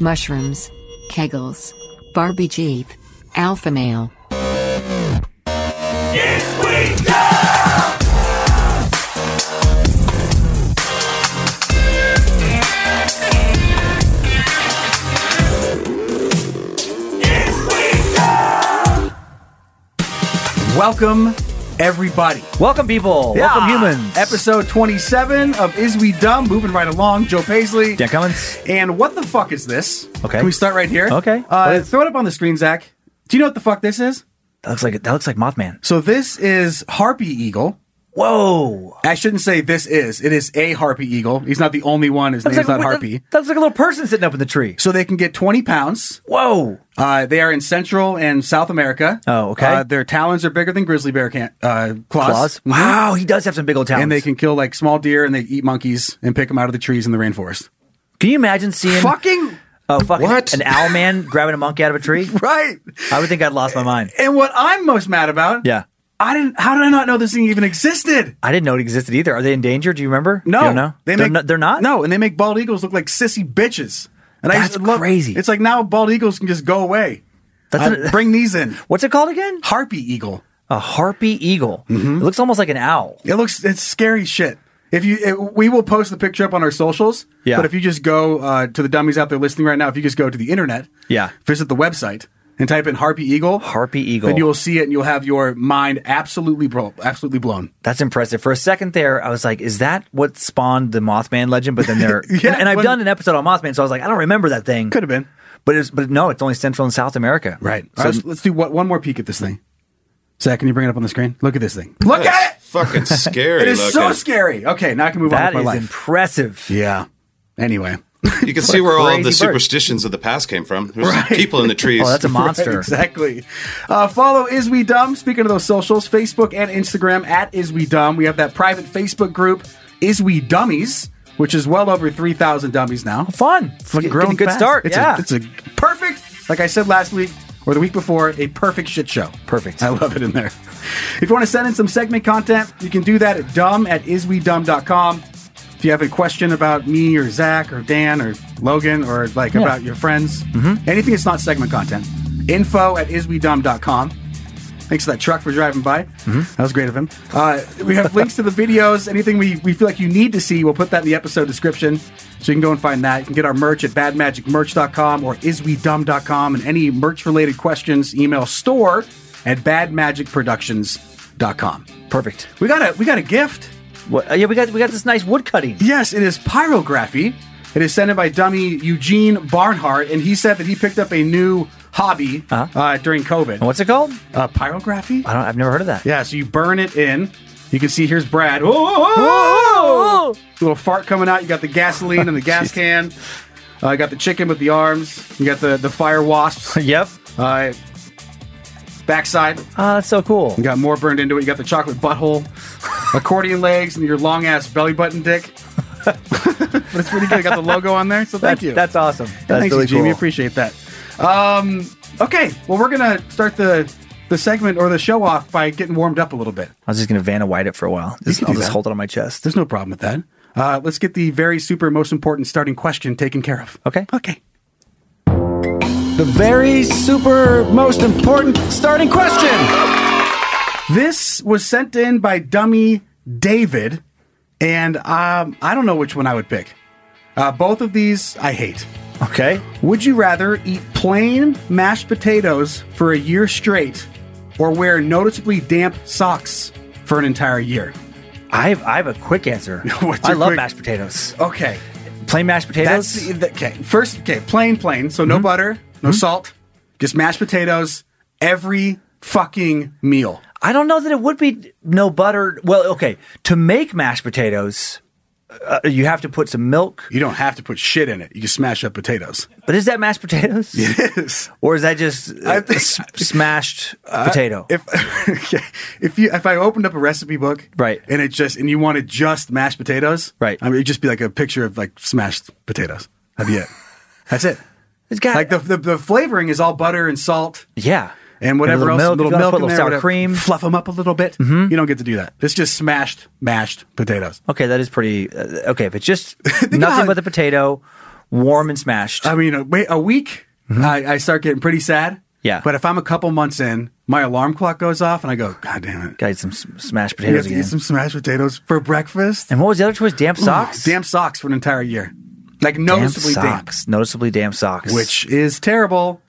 Mushrooms, Kegels, Barbie Jeep, Alpha Male. Welcome, everybody. Welcome, people. Welcome, humans. Episode 27 of Is We Dumb? Moving right along. Joe Paisley. Dan Cummins. And what the fuck is this? Okay. Can we start right here? Okay. What Uh, is- throw it up on the screen, Zach. Do you know what the fuck this is? That looks like that looks like Mothman. So this is Harpy Eagle. Whoa. I shouldn't say this is. It is a Harpy Eagle. He's not the only one. His Looks name's like, not Harpy. That, that looks like a little person sitting up in the tree. So they can get 20 pounds. Whoa. Uh, they are in Central and South America. Oh, okay. Uh, their talons are bigger than grizzly bear can- uh, claws. Claws. Mm-hmm. Mhm. Wow, he does have some big old talents. And they can kill like small deer and they eat monkeys and pick them out of the trees in the rainforest. Can you imagine seeing Fucking oh fucking What? an owl man grabbing a monkey out of a tree? right. I would think I'd lost my mind. And what I'm most mad about, Yeah. I didn't. How did I not know this thing even existed? I didn't know it existed either. Are they in danger? Do you remember? No, You don't know? They they're, make, not, they're not? No, and they make bald eagles look like sissy bitches. And I That's just love, crazy. It's like now bald eagles can just go away. That's I- an- Uh, bring these in. What's it called again? Harpy eagle. A harpy eagle. Mm-hmm. It looks almost like an owl. It looks it's scary shit. If you, it, we will post the picture up on our socials. Yeah. But if you just go uh, to the dummies out there listening right now, if you just go to the internet, Yeah. visit the website and type in harpy eagle, Harpy eagle. then you will see it, and you'll have your mind absolutely bro- absolutely blown. That's impressive. For a second there, I was like, is that what spawned the Mothman legend? But then there, Yeah, and, and I've when- done an episode on Mothman, so I was like, I don't remember that thing. Could have been But it's but no, it's only Central and South America. right. All right, let's, let's do one, one more peek at this thing. Zach, can you bring it up on the screen? Look at this thing. Look at it. Fucking scary. It is so looking. scary. Okay, now I can move That on is with my life. impressive. yeah. Anyway, You can see where all crazy the bird. superstitions of the past came from. There's people in the trees. Oh, that's a monster. exactly. Uh, follow Is We Dumb. Speaking of those socials, Facebook and Instagram at Is We Dumb. We have that private Facebook group, Is We Dummies, which is well over 3,000 dummies now. Fun. Fucking Grown good fast. start. It's yeah. A, it's a perfect, like I said last week or the week before, a perfect shit show. Perfect. I love it in there. If you want to send in some segment content, you can do that at dumb at iswedumb.com. If you have a question about me or Zach or Dan or Logan or like about your friends, Mm-hmm. anything that's not segment content, info at iswedumb.com. Thanks to that truck for driving by. That was great of him. Uh, we have links to the videos. Anything we, we feel like you need to see, we'll put that in the episode description. So you can go and find that. You can get our merch at badmagicmerch.com or iswedumb.com. And any merch related questions, email store at badmagicproductions.com. Perfect. We got a we got a gift. What, uh, yeah, we got we got this nice wood cutting. Yes, it is pyrography. It is sent in by dummy Eugene Barnhart, and he said that he picked up a new hobby uh Uh-huh. during COVID. And what's it called? Uh, pyrography? I don't. I've never heard of that. Yeah, so you burn it in. You can see here's Brad. Oh, Little fart coming out. You got the gasoline and the gas can. Uh, you got the chicken with the arms. You got the, the fire wasps. Yep. Uh, backside. Ah, that's so cool. You got more burned into it. You got the chocolate butthole, accordion legs, and your long ass belly button dick. but it's pretty good. You got the logo on there. So thank That's, you. That's awesome. That's Thanks, really Eugene. We cool. appreciate that. Um, okay. Well, we're going to start the, the segment or the show off by getting warmed up a little bit. I was just gonna Vanna White it for a while. Just, can I'll do just that. hold it on my chest. There's no problem with that. Uh, let's get the very super most important starting question taken care of. Okay. Okay. The very super most important starting question. This was sent in by dummy David, and um, I don't know which one I would pick. Uh, both of these I hate. Okay. Would you rather eat plain mashed potatoes for a year straight or wear noticeably damp socks for an entire year? I have, I have a quick answer. What's I your love quick- mashed potatoes. Okay. Plain mashed That's potatoes. the, the- okay. First, okay, plain, plain. So no Mm-hmm. butter, no salt, just mashed potatoes every fucking meal. I don't know that it would be no butter. Well, okay, to make mashed potatoes, uh, you have to put some milk. You don't have to put shit in it. You can smash up potatoes. But is that mashed potatoes? Yes. Or is that just uh, think- s- smashed potato? If okay, if you if I opened up a recipe book, Right. and it just and you wanted just mashed potatoes, Right. I mean, it'd just be like a picture of like smashed potatoes. That'd be it. That's it. it's got Like the, the the flavoring is all butter and salt yeah, and whatever a else, little milk, little you wanna milk put in a little there, sour whatever. cream. Mm-hmm. fluff them up a little bit. You don't get to do that. It's just smashed mashed potatoes. Okay, that is pretty. Uh, okay, if it's just nothing about- but the potato, warm and smashed. I mean, a, wait, a week, I, I start getting pretty sad. Mm-hmm. Yeah. But if I'm a couple months in, my alarm clock goes off and I go, God damn it. Got some s- smashed We potatoes have to again. eat some smashed potatoes for breakfast. and what was the other choice? Damp socks. Damn socks for an entire year. Like Damp noticeably damp, socks. Noticeably damp socks. which is terrible.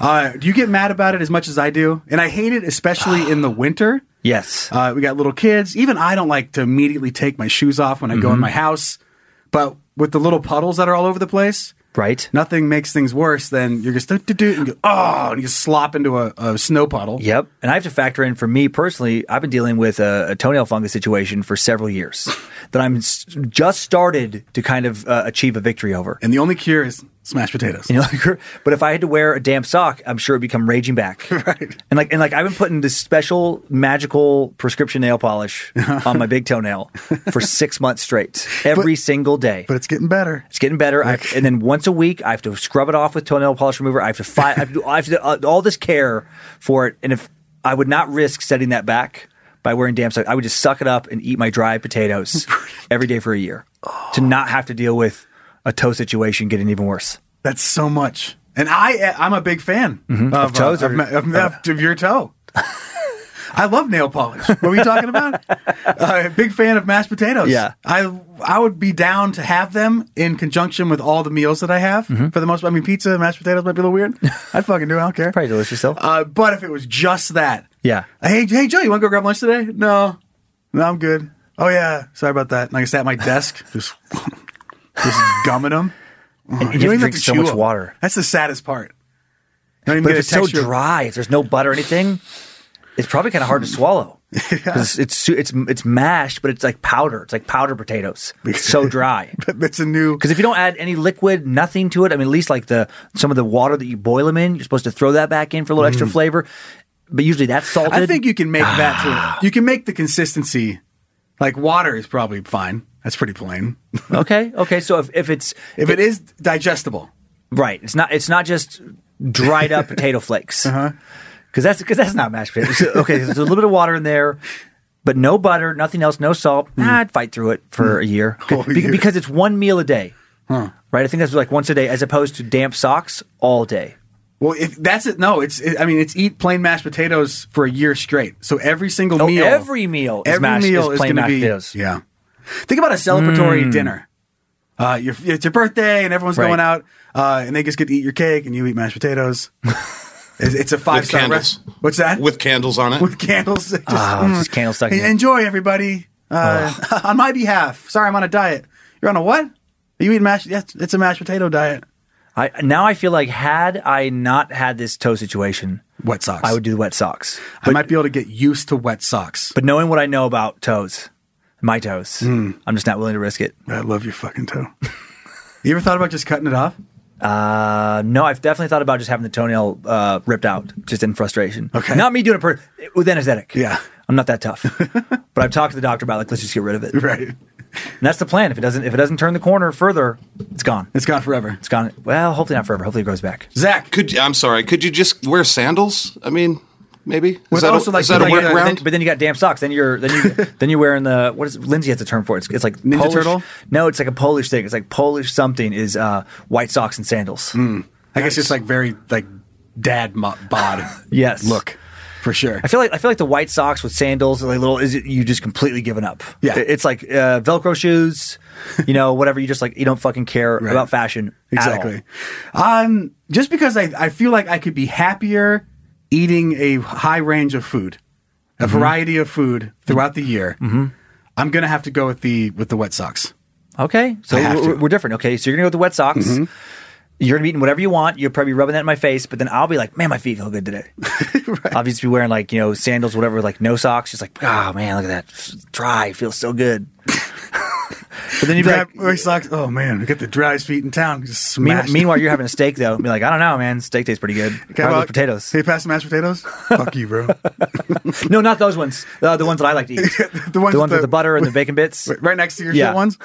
Uh, do you get mad about it as much as I do? And I hate it, especially in the winter. yes. Uh, we got little kids. Even I don't like to immediately take my shoes off when I go in Mm-hmm. my house. But with the little puddles that are all over the place, right. nothing makes things worse than you're just do do do and you go, oh, and you slop into a, a snow puddle. Yep. And I have to factor in for me personally, I've been dealing with a, a toenail fungus situation for several years that I'm s- just started to kind of uh, achieve a victory over. And the only cure is smashed potatoes. You know, like, but if I had to wear a damp sock, I'm sure it'd become raging back. Right. And like, and like, I've been putting this special magical prescription nail polish on my big toenail for six months straight, every single day. but it's getting better. It's getting better. I have, and then once a week, I have to scrub it off with toenail polish remover. I have to fight. I have to, do- I have to do uh, all this care for it. And if I would not risk setting that back by wearing damp socks, I would just suck it up and eat my dry potatoes every day for a year to not have to deal with a toe situation getting even worse. That's so much. And I, I'm a big fan of, Mm-hmm. Of toes uh, of, or- Oh. ma- of, of- of your toe. I love nail polish. What are we talking about? uh, big fan of mashed potatoes. Yeah. I I would be down to have them in conjunction with all the meals that I have. Mm-hmm. For the most, I mean, pizza and mashed potatoes might be a little weird. I'd fucking do it. I don't care. Probably delicious though. Uh, but if it was just that, Yeah. Hey, hey, Joe, you want to go grab lunch today? No, no, I'm good. Oh yeah, sorry about that. And I sat at my desk, just just gumming them. and Uh, you, have to drink so much water. That's the saddest part. You don't even But get if a it's so texture of- dry, if there's no butter or anything, it's probably kind of hard to swallow. 'Cause It's, su- it's it's mashed, but it's like powder. It's like powder potatoes. It's so dry. It's a new. Because if you don't add any liquid, nothing to it, I mean, at least like the some of the water that you boil them in, you're supposed to throw that back in for a little extra flavor. But usually that's salted. Mm. I think you can make Ah. that too. You can make the consistency. Like water is probably fine. That's pretty plain. okay, okay. So if, if it's If it is digestible, right, it's not it's not just dried up potato flakes. Because Uh-huh. that's because that's not mashed potatoes. So, okay, there's a little bit of water in there, but no butter, nothing else, no salt. Hmm. Ah, I'd fight through it for a year Whole Be- Hmm. Oh, year. because it's one meal a day. Right, I think that's like once a day, as opposed to damp socks all day. well, if that's it, no, it's. It, I mean, it's eat plain mashed potatoes for a year straight. So every single Oh, meal, every meal is mashed- is plain gonna mashed potatoes. Yeah, think about a celebratory dinner. Uh, your, it's your birthday, and everyone's Right. going out, uh, and they just get to eat your cake, and you eat mashed potatoes. it's, it's a five star candles. restaurant. What's that? with candles on it. with candles. Just, Mm. Oh, just candles stuck in Hey, it. Enjoy, everybody. Uh, on my behalf. Sorry, I'm on a diet. You're on a what? Are you eating mashed? Yes, it's a mashed potato diet. I now I feel like had I not had this toe situation, Wet socks. I would do the wet socks. I might be able to get used to wet socks. But knowing what I know about toes, my toes, Hmm. I'm just not willing to risk it. I love your fucking toe. you ever thought about just cutting it off? Uh, no, I've definitely thought about just having the toenail uh, ripped out, just in frustration. Okay. not me doing it per- with anesthetic. Yeah. I'm not that tough. but I've talked to the doctor about like let's just get rid of it. And Right. that's the plan. If it doesn't if it doesn't turn the corner further, it's gone. It's gone forever. It's gone. Well, hopefully not forever. Hopefully it grows back. Zach. Could I'm sorry. Could you just wear sandals? I mean, maybe is that also, a, like, is that a like, But then, workaround? but then you got damp socks. Then you're then you then you're wearing the what is Lindsay has a term for it. It's, it's like Ninja Polish- turtle? No, it's like a Polish thing. It's like Polish something is uh, white socks Mm. and sandals. I guess it's like very like dad mo- bod. Yes. Look. for sure. I feel like I feel like the White Sox with sandals, like little, is it, you just completely given up. Yeah. It- it's like uh, Velcro shoes, you know, whatever. You just like you don't fucking care Right. about fashion. at all. Exactly. Um, just because I, I feel like I could be happier eating a high range of food, a Mm-hmm. variety of food throughout the year. I'm gonna have to go with the with the wet socks. Okay, so I have we're, to. Mm-hmm. we're different. Okay, so you're gonna go with the wet socks. You're gonna be eating whatever you want. You're probably rubbing that in my face, but then I'll be like, man, my feet feel good today. I'll just be wearing like you know sandals, whatever, with, like no socks. Just like, oh man, look at that, It's dry, it feels so good. but then you'd be Dry, like, wet socks. Oh man, we got the driest feet in town. Just mean, smashed. meanwhile you're having a steak though. Be like, I don't know, man, steak tastes pretty good. Okay, Probably well, with potatoes. Hey, pass the mashed potatoes. Fuck you, bro. No, not those ones. Uh, the ones that I like to eat. The ones, with the butter and the bacon bits. Right- Right next to your Yeah. shit ones.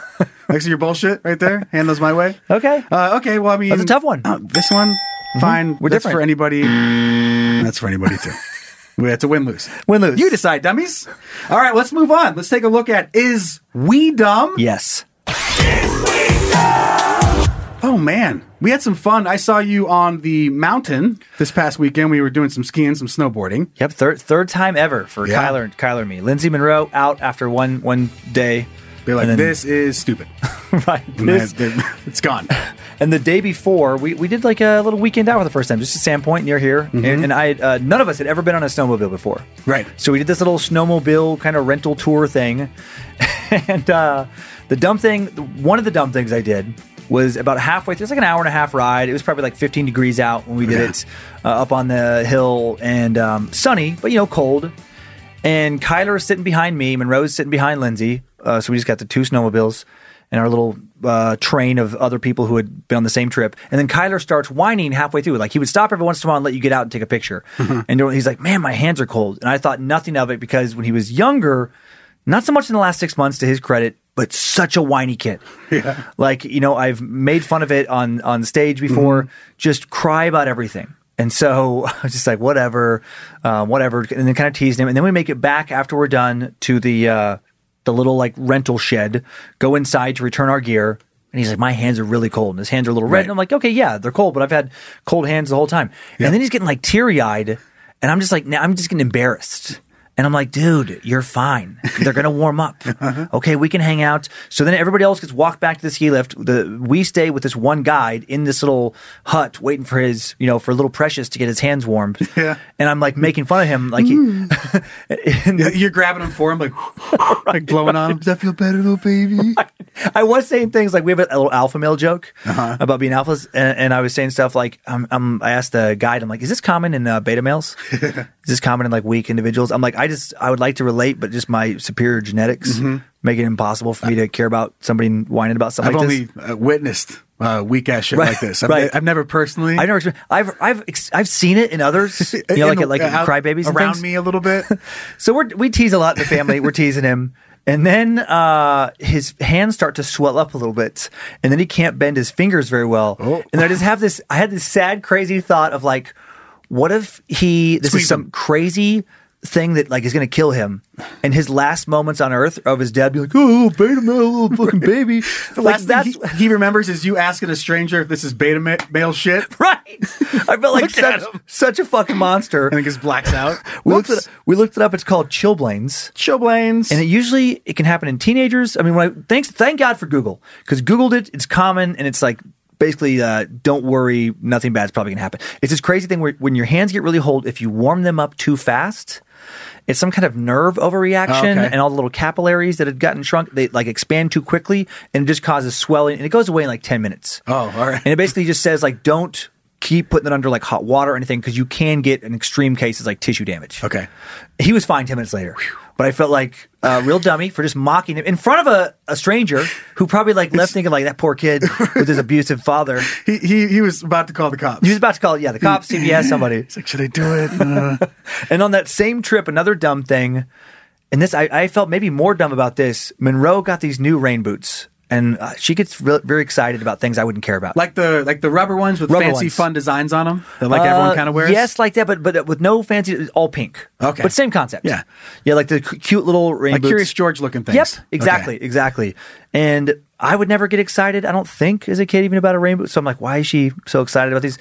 next to your bullshit right there. Hand those my way. Okay. Uh, okay. Well, I mean, That's a tough one. Mm-hmm. Uh, this one, fine. We're That's different. for anybody. That's for anybody too. We- It's a win lose. Win lose. You decide, dummies. All right, let's move on. Let's take a look at is we dumb? Yes. Oh man, we had some fun. I saw you on the mountain this past weekend. We were doing some skiing, some snowboarding. Yep, third third time ever for Yeah. Kyler and Kyler and me. Lindsey Monroe out after one one day. They're like, And then- this is stupid. right, And they- this- they- it's gone. and the day before, we, we did like a little weekend out for the first time, just at Sandpoint near here. And, and I had, uh, none of us had ever been on a snowmobile before. Mm-hmm. Right. So we did this little snowmobile kind of rental tour thing. and uh, the dumb thing, one of the dumb things I did was about halfway through, it's like an hour and a half ride. It was probably like 15 degrees out when we did it uh, up on the hill and um, sunny, but you know, cold. And Kyler is sitting behind me, Monroe's sitting behind Lindsay. Uh, so we just got the two snowmobiles and our little uh, train of other people who had been on the same trip. And then Kyler starts whining halfway through. Like he would stop every once in a while and let you get out and take a picture. and he's like, man, my hands are cold. And I thought nothing of it because when he was younger, not so much in the last six months to his credit, but such a whiny kid. Yeah. Like, you know, I've made fun of it on on stage before, just cry about everything. And so I was just like, whatever, uh, whatever. And then kind of teased him. And then we make it back after we're done to the uh, the little like rental shed, go inside to return our gear. And he's like, my hands are really cold. And his hands are a little red. And I'm like, okay, yeah, they're cold, but I've had cold hands the whole time. And then he's getting like teary eyed. And I'm just like, now I'm just getting embarrassed. And I'm like, dude, you're fine. They're gonna warm up. Okay, we can hang out. So then everybody else gets walked back to the ski lift. The, we stay with this one guide in this little hut, waiting for his, you know, for little precious to get his hands warmed. Yeah. And I'm like making fun of him, like, he, and You're grabbing them for him, like, like blowing on him. Does that feel better, little baby? I was saying things like we have a little alpha male joke Uh-huh. about being alphas, and, and I was saying stuff like um, um, I asked the guide, I'm like, "Is this common in uh, beta males? Is this common in like weak individuals?" I'm like, "I just I would like to relate, but just my superior genetics Mm-hmm. make it impossible for me to care about somebody whining about something I've like only this." uh, witnessed uh, weak ass shit Right, like this. I've, right. I've never personally. I've never, experienced- I've, I've, ex- I've seen it in others, you know, like in- at like out- crybabies and around things. me a little bit. So we're, we tease a lot in the family. We're teasing him. And then uh, his hands start to swell up a little bit. And then he can't bend his fingers very well. Oh. And I just have this, I had this sad, crazy thought of like, what if he, this is Squeeze some him. crazy thing that like is going to kill him. And his last moments on earth of his dad be like, oh, beta male, little fucking baby. The Like, last thing he, he remembers is you asking a stranger if this is beta ma- male shit. right. I felt like Look at such, him. such a fucking monster. I think it's blacks out. we, looked it, we looked it up. It's called Chilblains. Chilblains. And it usually it can happen in teenagers. I mean, when I, thanks, thank God for Google because Googled it. It's common and it's like basically uh, don't worry, nothing bad's probably gonna happen. It's this crazy thing where when your hands get really cold, if you warm them up too fast. It's some kind of nerve overreaction, Oh, Okay. and all the little capillaries that had gotten shrunk, they like expand too quickly, and it just causes swelling, and it goes away in like ten minutes. Oh, all right. And it basically just says like, don't keep putting it under like hot water or anything, because you can get in extreme cases like tissue damage. okay. He was fine 10 minutes later. But I felt like a real dummy for just mocking him in front of a, a stranger who probably like left thinking like that poor kid with his abusive father. He, he he was about to call the cops. He was about to call, yeah, the cops, CBS, somebody. He's like, should I do it? Uh, And on that same trip, another dumb thing, and this I, I felt maybe more dumb about this. Monroe got these new rain boots, and uh, she gets re- very excited about things I wouldn't care about. like the like the rubber ones with Rubber fancy ones. fun designs on them that like Uh, everyone kind of wears. Yes, like that, but but with no fancy, it's all pink. Okay. but same concept. Yeah. yeah, like the cu- cute little rain like boots. Curious George looking things. Yep, exactly, Okay. exactly. And I would never get excited. I don't think as a kid even about a rainbow. So I'm like, why is Mm-hmm. she so excited about these?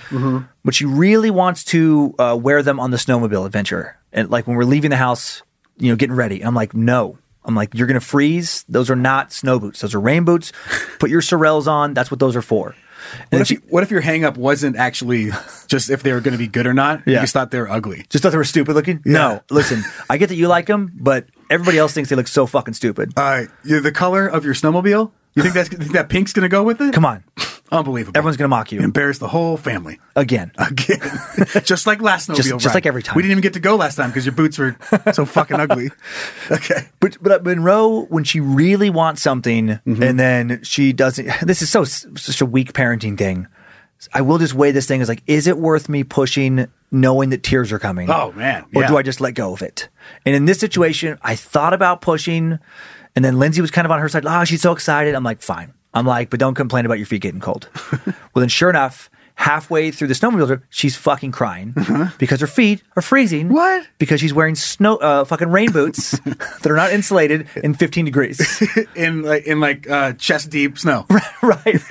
But she really wants to uh, wear them on the snowmobile adventure. and like when we're leaving the house, you know, getting ready. I'm like, no. I'm like, you're gonna freeze. Those are not snow boots. Those are rain boots. Put your sorels on. That's what those are for. What And if, she you, what if your hang up wasn't actually just if they were going to be good or not? You Yeah. just thought they were ugly. just thought they were stupid looking. No, listen, I get that you like them, but everybody else thinks they look so fucking stupid. Uh, you- the color of your snowmobile? You think that's you think that pink's going to go with it? Come on, Unbelievable. everyone's gonna mock You you embarrassed the whole family. again. Again. just like last snowmobile Just- just ride. like every time. We didn't even get to go last time because your boots were so fucking ugly. Okay. But but Monroe, when she really wants something Mm-hmm. and then she doesn't, this is so such a weak parenting thing. I will just weigh this thing as like, is it worth me pushing, knowing that tears are coming? Oh, man. Or Yeah. do I just let go of it? And in this situation, I thought about pushing, and then Lindsay was kind of on her side. Oh, she's so excited. I'm like, fine. I'm like, but don't complain about your feet getting cold. well, then, sure enough. Halfway through the snowmobile, trip, she's fucking crying because her feet are freezing. Uh-huh. What? Because she's wearing snow, uh, fucking rain boots that are not insulated in 15 degrees. In like in like uh, chest deep snow. right,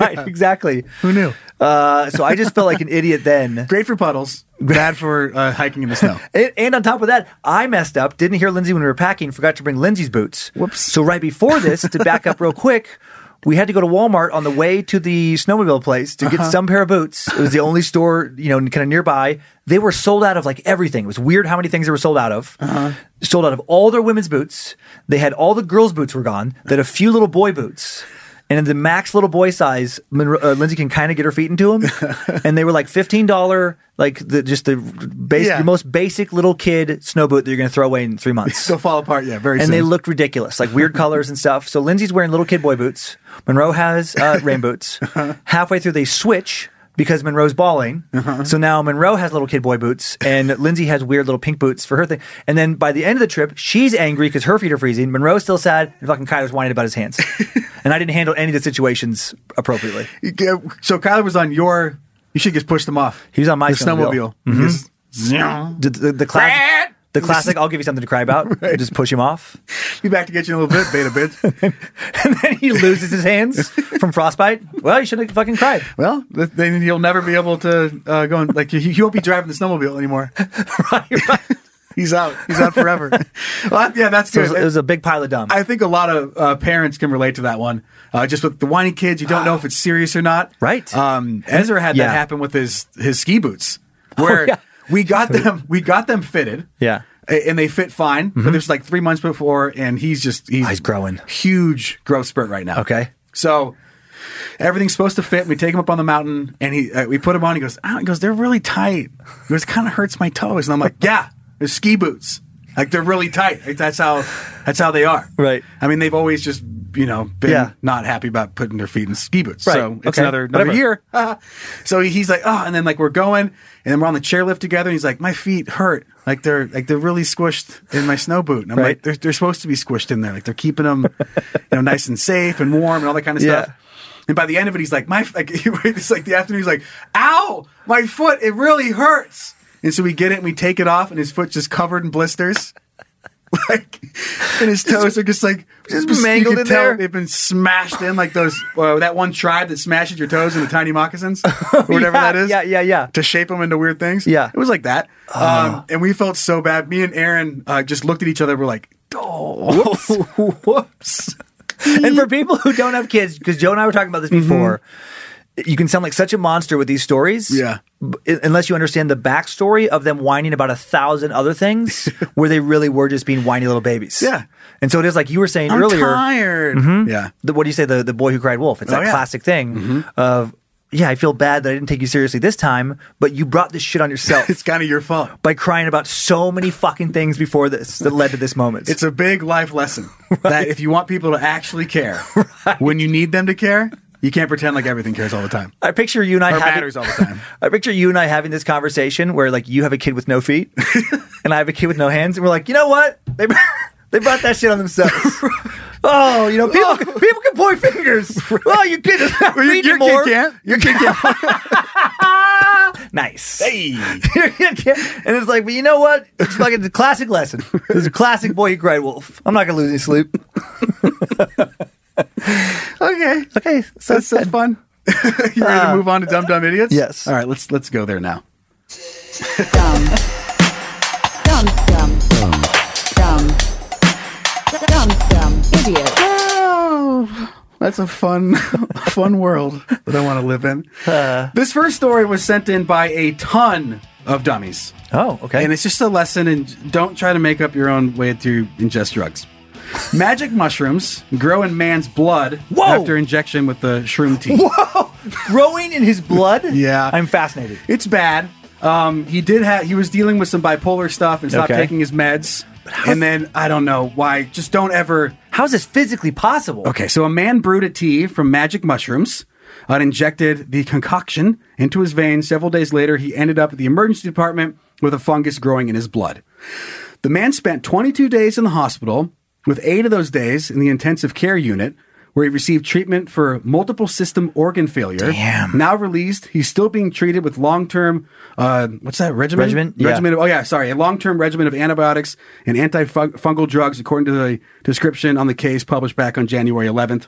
right, exactly. Who knew? Uh, so I just felt like an idiot then. Great for puddles, bad for uh, hiking in the snow. And, and on top of that, I messed up. Didn't hear Lindsay when we were packing. Forgot to bring Lindsay's boots. Whoops. So right before this, to back up real quick, we had to go to Walmart on the way to the snowmobile place to get some pair of boots. It was the only store, you know, kind of nearby. They were sold out of like everything. It was weird how many things they were sold out of. Sold out of all their women's boots. They had all the girls' boots were gone. They had a few little boy boots. And in the max little boy size, Monro- uh, Lindsay can kind of get her feet into them. and they were like $15, like the, just the basic, Yeah. the most basic little kid snow boot that you're going to throw away in three months. They'll fall apart, yeah, very and soon. they looked ridiculous, like weird colors and stuff. So Lindsay's wearing little kid boy boots. Monroe has uh, rain boots. Halfway through, they switch because Monroe's bawling. So now Monroe has little kid boy boots, and Lindsay has weird little pink boots for her thing. And then by the end of the trip, she's angry because her feet are freezing. Monroe's still sad, and fucking Kyler's whining about his hands. and I didn't handle any of the situations appropriately. You get- so Kyler was on your. You should just push them off. He was on my Your snowmobile. snowmobile. Mm-hmm. Just- zoom. The, the, the classic. The classic, I'll give you something to cry about. Just push him off. Be back to get you in a little bit, beta bitch. And then he loses his hands from frostbite. Well, you should have fucking cried. well, th- then you'll never be able to uh, go and like you, you won't be driving the snowmobile anymore. right, right. He's out. He's out forever. well, yeah, that's So it good. was, it was a big pile of dumb. I think a lot of uh, parents can relate to that one. Uh, just with the whiny kids, you don't know if it's serious or not. Right. Um, Ezra had Yeah. Oh, that happen with his his ski boots, where yeah. we got them we got them fitted. Yeah. a- And they fit fine, but there's like three months before, and he's just he's, He's growing. huge growth spurt right now. Okay. so everything's supposed to fit. We take him up on the mountain, and he uh, we put him on. He goes, "Ow!" He goes, "They're really tight. He goes, kind of hurts my toes." And I'm like, "Yeah, they're ski boots. Like they're really tight. Like, that's how that's how they are." Right. I mean, they've always just you know been Yeah. not happy about putting their feet in ski boots. Right. So it's Okay. another another Whatever. year. so he's like, "Oh," and then like we're going, and then we're on the chairlift together. And he's like, "My feet hurt." Like they're like they're really squished in my snow boot, and I'm Right. like, they're, they're supposed to be squished in there. Like they're keeping them, you know, nice and safe and warm and all that kind of Yeah. stuff. And by the end of it, he's like, my, like, it's like the afternoon, he's like, ow, my foot, it really hurts. And so we get it and we take it off, and his foot just covered in blisters. Like, and his toes are just like, Just you mangled could in there. They've been smashed in, like those, uh, that one tribe that smashes your toes into tiny moccasins, or whatever Yeah, that is. yeah, yeah, yeah. To shape them into weird things. Yeah. Ah. It was like that. Um, and we felt so bad. Me and Aaron uh, just looked at each other, we're like, oh. Whoops. and for people who don't have kids, because Joe and I were talking about this before, you can sound like such a monster with these stories. Yeah. b- Unless you understand the backstory of them whining about a thousand other things where they really were just being whiny little babies. Yeah. And so it is like you were saying I'm earlier. Mm-hmm. tired. Yeah. the, what do you say the the boy who cried wolf it's that Oh, yeah. classic thing of yeah i feel bad that i didn't take you seriously this time but you brought this shit on yourself It's kind of your fault. by crying about so many fucking things before this that led to this moment It's a big life lesson that if you want people to actually care, when you need them to care, you can't pretend like everything cares all the time. I picture you and I Or having, matters all the time. I picture Uh, you and I having this conversation where like you have a kid with no feet and I have a kid with no hands, and we're like, you know what? They they brought that shit on themselves. oh, you know, people people can point fingers. Oh, your kid doesn't have your- feet your kid anymore. can't. Your kid can't. nice. Hey. and it's like, but you know what? It's like a classic lesson. This is a classic boy who cried wolf. I'm not gonna lose any sleep. Okay, Okay, so Ah. that's so fun. you ready to move on to dumb dumb idiots? yes. All right, let's let's go there now. Dumb. Dumb. Dumb, dumb, dumb, dumb, dumb, idiot. Oh, that's a fun, fun world that I want to live in. this first story was sent in by a ton of dummies. Oh, okay. And it's just a lesson and don't try to make up your own way to ingest drugs. Magic mushrooms grow in man's blood Whoa! after injection with the shroom tea. growing in his blood. Yeah. I'm fascinated. It's bad. Um, he did have he was dealing with some bipolar stuff and stopped Okay. taking his meds. And then I don't know why. Just don't ever How's this physically possible? Okay, so a man brewed a tea from magic mushrooms uh, and injected the concoction into his veins. Several days later, he ended up at the emergency department with a fungus growing in his blood. The man spent 22 days in the hospital, with eight of those days in the intensive care unit, where he received treatment for multiple system organ failure. Damn. Now released, he's still being treated with long term, uh, what's that, regimen? Regimen? Yeah. Regimen of, oh, yeah, sorry, a long term regimen of antibiotics and antifungal drugs, according to the description on the case published back on January 11th.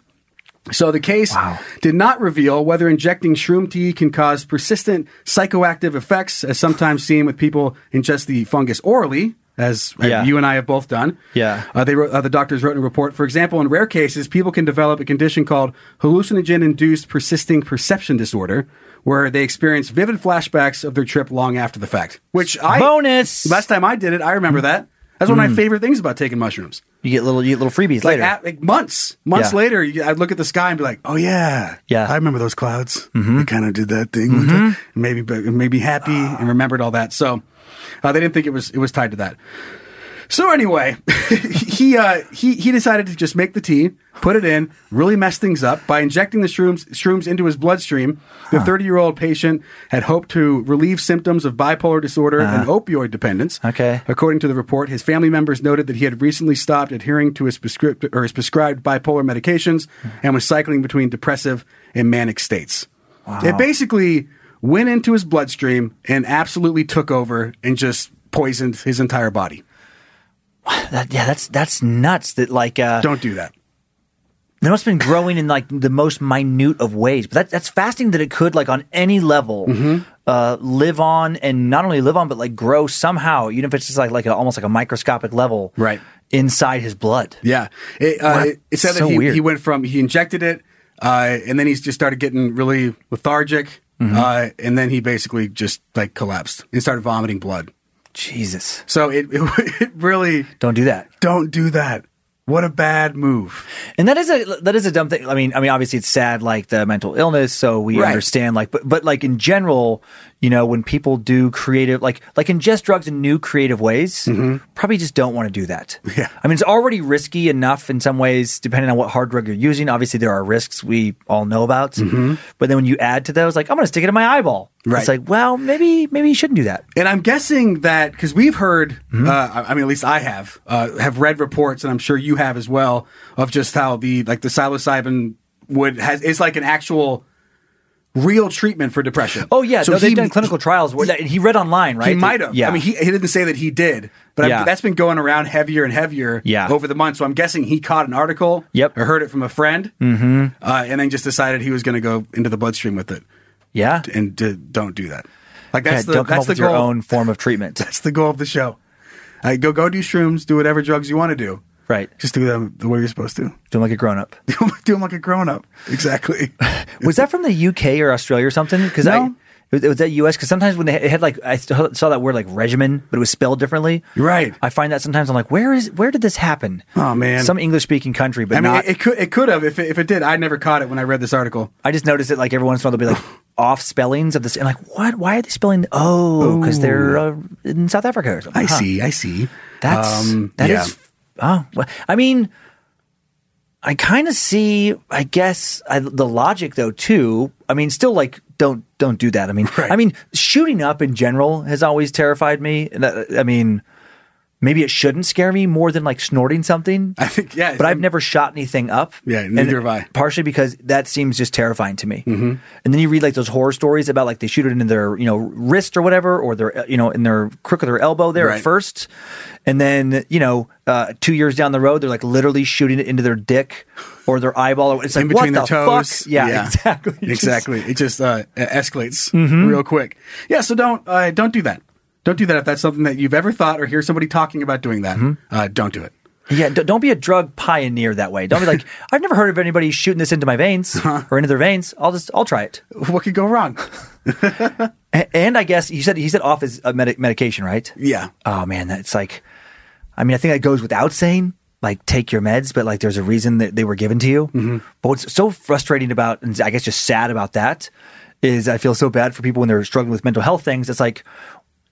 So the case did not reveal whether injecting shroom tea can cause persistent psychoactive effects, as sometimes seen with people ingest the fungus orally, as uh, Yeah. you and I have both done. Yeah. Uh, they wrote, uh, the doctors wrote in a report. For example, in rare cases, people can develop a condition called hallucinogen-induced persisting perception disorder, where they experience vivid flashbacks of their trip long after the fact. Which I Bonus. last time I did it, I remember that. That's one of my favorite things about taking mushrooms. you get little you get little Like, freebies later. at- like months, months Yeah. later, you, I'd look at the sky and be like, "Oh yeah, Yeah. Mm-hmm. I remember those clouds. We kind of did that thing. with it. It made me Maybe, it made me happy and remembered all that." So uh, they didn't think it was it was tied to that. So anyway, he uh, he he decided to just make the tea, put it in, really mess things up by injecting the shrooms shrooms into his bloodstream. The 30 year old patient had hoped to relieve symptoms of bipolar disorder and opioid dependence. Okay. According to the report, his family members noted that he had recently stopped adhering to his, prescript- or his prescribed bipolar medications and was cycling between depressive and manic states. It basically went into his bloodstream and absolutely took over and just poisoned his entire body. That- yeah, that's that's nuts. That like uh, Don't do that. they must have been growing in like the most minute of ways. But that, that's fascinating that it could like on any level uh, live on and not only live on but like grow somehow, even if it's just like like a, almost like a microscopic level, Right. inside his blood. Yeah. It, uh, Wow. it- it said So that he, weird. he went from, he injected it, uh, and then he just started getting really lethargic. Mm-hmm. Uh, and then he basically just like collapsed and started vomiting blood. Jesus, So it, it, it really don't do that. don't do that. What a bad move. And that is a that is a dumb thing. I mean, I mean, obviously it's sad, like the mental illness. So we Right. understand, like, but but like in general, you know, when people do creative, like like ingest drugs in new creative ways, probably just don't want to do that. Mm-hmm. Yeah. I mean, it's already risky enough in some ways, depending on what hard drug you're using. Obviously, there are risks we all know about. But then when you add to those, like, I'm going to stick it in my eyeball. Mm-hmm. Right. It's like, well, maybe maybe you shouldn't do that. And I'm guessing that because we've heard, Mm-hmm. uh, I I mean, at least I have, uh, have read reports, and I'm sure you have as well, of just how the like the psilocybin would has is like an actual real treatment for depression. Oh yeah, so no, they've he- done clinical trials. Where that, he read online, right? He might have. Yeah. I mean, he, he didn't say that he did, but I- Yeah. that's been going around heavier and heavier Yeah. over the months. So I'm guessing he caught an article Yep. or heard it from a friend mm-hmm. uh, and then just decided he was going to go into the bloodstream with it. yeah. And d- don't do that. Like, Yeah, that's the, don't come that's up the with goal. your own form of treatment. That's the goal of the show. Uh, go go do shrooms, do whatever drugs you want to do. Right. Just do them the way you're supposed to. Doing like a grown up. do them like a grown up. Exactly. Was that from the UK or Australia or something? Because I. No. it Was it was that U.S. Because sometimes when they had- it had like I st- saw that word like regimen, but it was spelled differently. Right. I find that sometimes I'm like, where is where did this happen? Oh, man. some English speaking country, but I mean, not. it, it could it could have if it, if it did. I never caught it when I read this article. I just noticed it like every once in a while they'll be like off spellings of this, and like what? Why are they spelling? Oh, because they're uh, in South Africa or something. I Huh. see. I see. That's Um, that is yeah. Oh, well, I mean, I kind of see. I guess I, the logic though too. I mean, still like don't don't do that. I mean, I mean, shooting up in general has always terrified me. And that- I mean, maybe it shouldn't scare me more than like snorting something. I think yeah. But I've never shot anything up. Yeah, And neither have I. Partially because that seems just terrifying to me. Mm-hmm. And then you read like those horror stories about like they shoot it in their you know wrist or whatever, or their you know in their crook of their elbow there Right. at first, and then you know uh, two years down the road they're like literally shooting it into their dick or their eyeball. It's like in between what their the toes. Fuck? Yeah, exactly. Just- e-, Mm-hmm. exactly. It just uh, escalates real quick. Yeah. So don't uh, don't do that. Don't do that if that's something that you've ever thought or hear somebody talking about doing that. Mm-hmm. Uh, don't do it. Yeah, d- don't be a drug pioneer that way. Don't be like, I've never heard of anybody shooting this into my veins Uh-huh. or into their veins. I'll just, I'll try it. What could go wrong? A- And I guess you said he said off his uh, medi- medication, right? Yeah. Oh man, that's like, I mean, I think that goes without saying. Like, take your meds, but like, there's a reason that they were given to you. Mm-hmm. But what's so frustrating about, and I guess just sad about that, is I feel so bad for people when they're struggling with mental health things. It's like.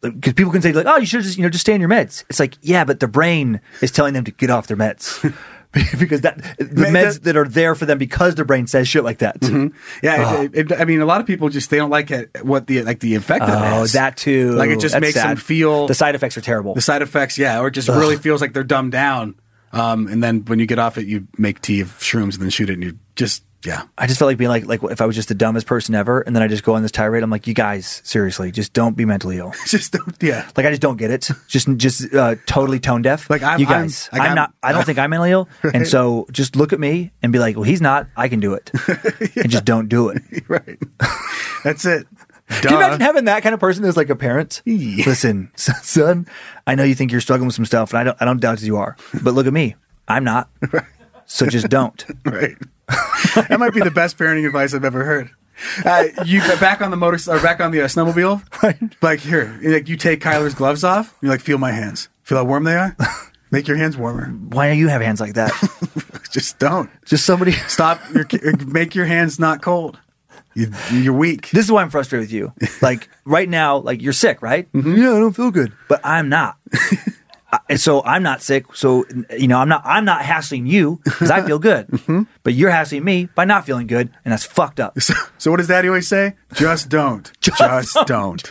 Because people can say like, "Oh, you should just you know just stay on your meds." It's like, yeah, but their brain is telling them to get off their meds because that the Man, that- meds Mm-hmm. that are there for them because their brain says shit like that. Ah. Yeah, it, it, I mean, a lot of people just they don't like it, what the like the effect of it. Oh, has. that too. Like it just That's makes them sad. feel the side effects are terrible. the side effects. Yeah, or it just really feels like they're dumbed down. Um, and then when you get off it, you make tea of shrooms and then shoot it, and you just yeah. I just felt like being like like if I was just the dumbest person ever, and then I just go on this tirade. I'm like, you guys, seriously, just don't be mentally ill. Just don't, yeah. Like I just don't get it. Just just uh, totally tone deaf. Like, I'm- you guys, I'm- like, I'm, I'm- not. I don't think I'm mentally ill, and so just look at me and be like, well, he's not. I can do it, and just don't do it. Right. That's it. Can you Duh. imagine having that kind of person as like a parent? Listen, son, I know you think you're struggling with some stuff, and I don't. I don't doubt that you are, but look at me. I'm not. So just don't. Right. that might be the best parenting advice I've ever heard. Uh, you back on the motor or back on the uh, snowmobile. Right. Like here, like you take Kyler's gloves off. You like feel my hands. Feel how warm they are. Make your hands warmer. Why do you have hands like that? Just don't. Just somebody. Stop. Your, uh, make your hands not cold. You, you're weak. This is why I'm frustrated with you. Like right now, like you're sick, right? Mm-hmm. Yeah, I don't feel good, but I'm not. I- And so I'm not sick. So you know I'm not I'm not hassling you because I feel good, Mm-hmm. but you're hassling me by not feeling good, and that's fucked up. So, so what does Daddy always say? Just don't. Just, don't.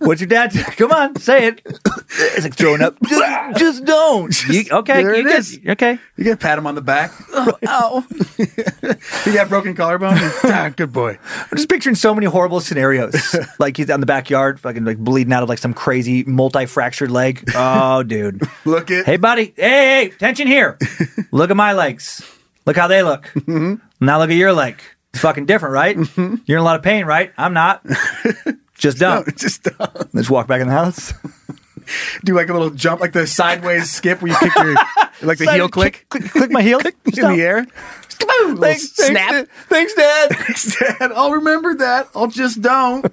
What's your dad? Come on, say it. It's like throwing up. Just, just don't. You- okay, there you it get- is. okay. You gotta pat him on the back. Oh, ow. you got broken collarbone. ah, good boy. I'm just picturing so many horrible scenarios. like he's out in the backyard, fucking like bleeding out of like some crazy multi-fractured leg. Oh, dude. Look it. Hey, buddy. Hey, hey, attention here. look at my legs. Look how they look. Mm-hmm. Now look at your leg. It's fucking different, right? You're in a lot of pain, right? I'm not. Just don't. Just don't. Let's walk back in the house. do like a little jump, like the sideways skip where you kick your like the heel click Click, click my heel. in the air. Little Thanks, thanks, Dad. Thanks, Dad. Thanks, Dad. I'll remember that. I'll just don't.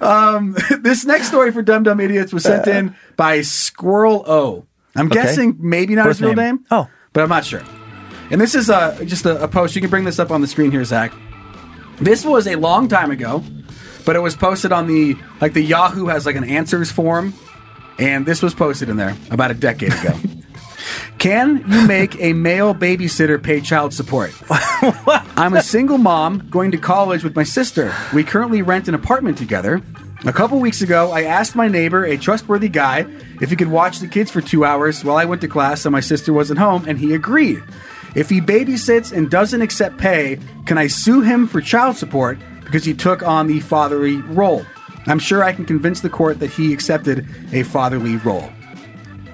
um, this next story for Dumb Dumb Idiots was Uh, sent in by Squirrel O. I'm guessing maybe not Birth his real name. name. Oh. but I'm not sure. And this is uh, just a, a post. You can bring this up on the screen here, Zach. This was a long time ago, but it was posted on the like the Yahoo has like an answers form, and this was posted in there about a decade ago. Can you make a male babysitter pay child support? I'm a single mom going to college with my sister. We currently rent an apartment together. A couple weeks ago, I asked my neighbor, a trustworthy guy, if he could watch the kids for two hours while I went to class and my sister wasn't home, and he agreed. If he babysits and doesn't accept pay, can I sue him for child support because he took on the fatherly role? I'm sure I can convince the court that he accepted a fatherly role.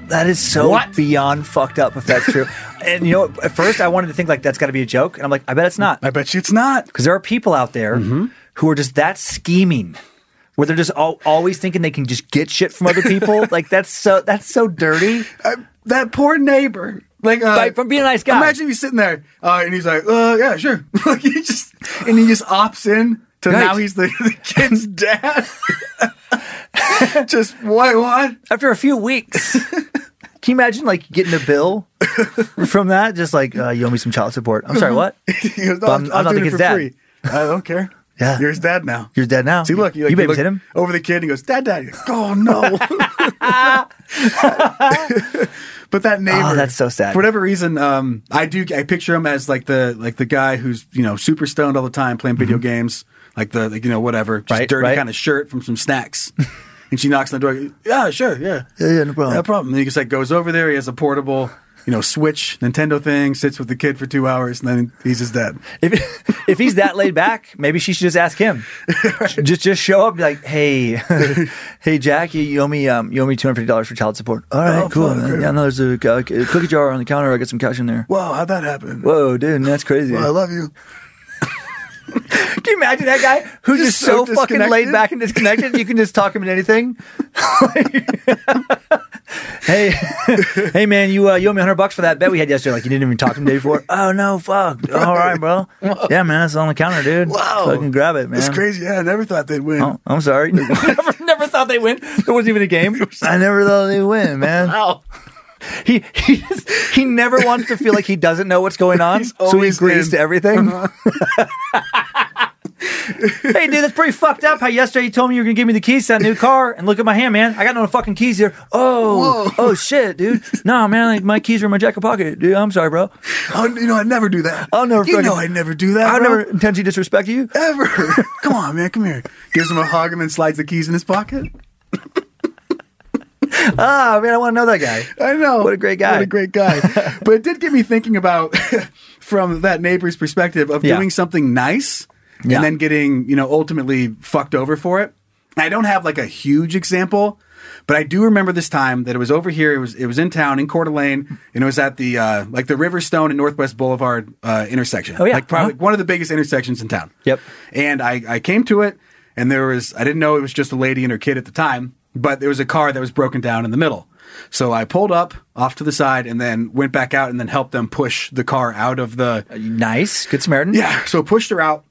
That is so What? beyond fucked up if that's true. and you know, at first I wanted to think like that's got to be a joke, and I'm like, I bet it's not, I Mm-hmm. bet you it's not. because there are people out there who are just that scheming, where they're just al- always thinking they can just get shit from other people. like that's so that's so dirty. that poor neighbor. Like uh, Right, from being a nice guy. Imagine you sitting there, uh, and he's like, "Uh, yeah, sure." like he just and he just opts in to Right. now he's the, the kid's dad. just what? What? After a few weeks, can you imagine like getting a bill from that? Just like uh, you owe me some child support. I'm sorry, what? He goes, no, But I'm, I'm- I'm I'm not the doing it kid's for dad. free. I don't care. Yeah. you're his dad now. You're dead now. See, look, you, like, you you babysit look him. over the kid. and He goes, "Dad, dad." He goes, oh no! but that neighbor, Oh, that's so sad. For whatever reason, um, I do. I picture him as like the like the guy who's you know super stoned all the time playing video games, like the like, you know whatever, just Mm-hmm. Right, dirty right. kind of shirt from some snacks. and she knocks on the door. Yeah, sure, yeah, yeah, no problem. no problem. And he just like goes over there. He has a portable. You know, Switch, Nintendo thing, sits with the kid for two hours, and then he's his dad. If, if he's that laid back, maybe she should just ask him. Just just show up, and be like, hey, hey Jack, you, you owe me um, you owe me two hundred fifty dollars for child support. All right, Oh, cool. fuck, man. okay. Yeah, no, there's a, uh, c- cookie jar on the counter. I got some cash in there. Wow, how'd that happen? Whoa, dude, that's crazy. Well, I love you. Can you imagine that guy who's just, Just so, so fucking laid disconnected. back and disconnected? You can just talk him into anything. hey, hey, man, you uh, you owe me hundred bucks for that bet we had yesterday. Like you didn't even talk to him the day before. Oh no, fuck. All right, bro. Yeah, man, it's on the counter, dude. Wow. fucking grab it, man. That's crazy. Yeah, I never thought they'd win. Oh, I'm sorry. never, never thought they win. There wasn't even a game. I never thought they win, man. Wow. He he just, he never wants to feel like he doesn't know what's going on, He's so he always agrees in. to everything. Uh-huh. hey, dude, that's pretty fucked up. How yesterday you told me you were gonna give me the keys to that new car, and look at my hand, man. I got no fucking keys here. Oh, oh shit, dude. No, man, like, my keys were in my jacket pocket, dude. I'm sorry, bro. Oh, you know, I'd never do that. I'll never You fucking- know, I'd never do that. I bro. never intentionally disrespect you. ever. come on, man, come here. Gives him a hug and then slides the keys in his pocket. Ah, man, I want to know that guy. I know. What a great guy. What a great guy. but it did get me thinking about from that neighbor's perspective of Yeah. doing something nice Yeah. and then getting, you know, ultimately fucked over for it. I don't have like a huge example, but I do remember this time that it was over here. It was it was in town in Coeur d'Alene, and it was at the uh, like the Riverstone and Northwest Boulevard uh, intersection. Oh, yeah. Like probably Uh-huh. one of the biggest intersections in town. Yep. And I, I came to it, and there was, I didn't know it was just a lady and her kid at the time, but there was a car that was broken down in the middle. So I pulled up off to the side and then went back out and then helped them push the car out of the. Nice, good Samaritan. Yeah. So pushed her out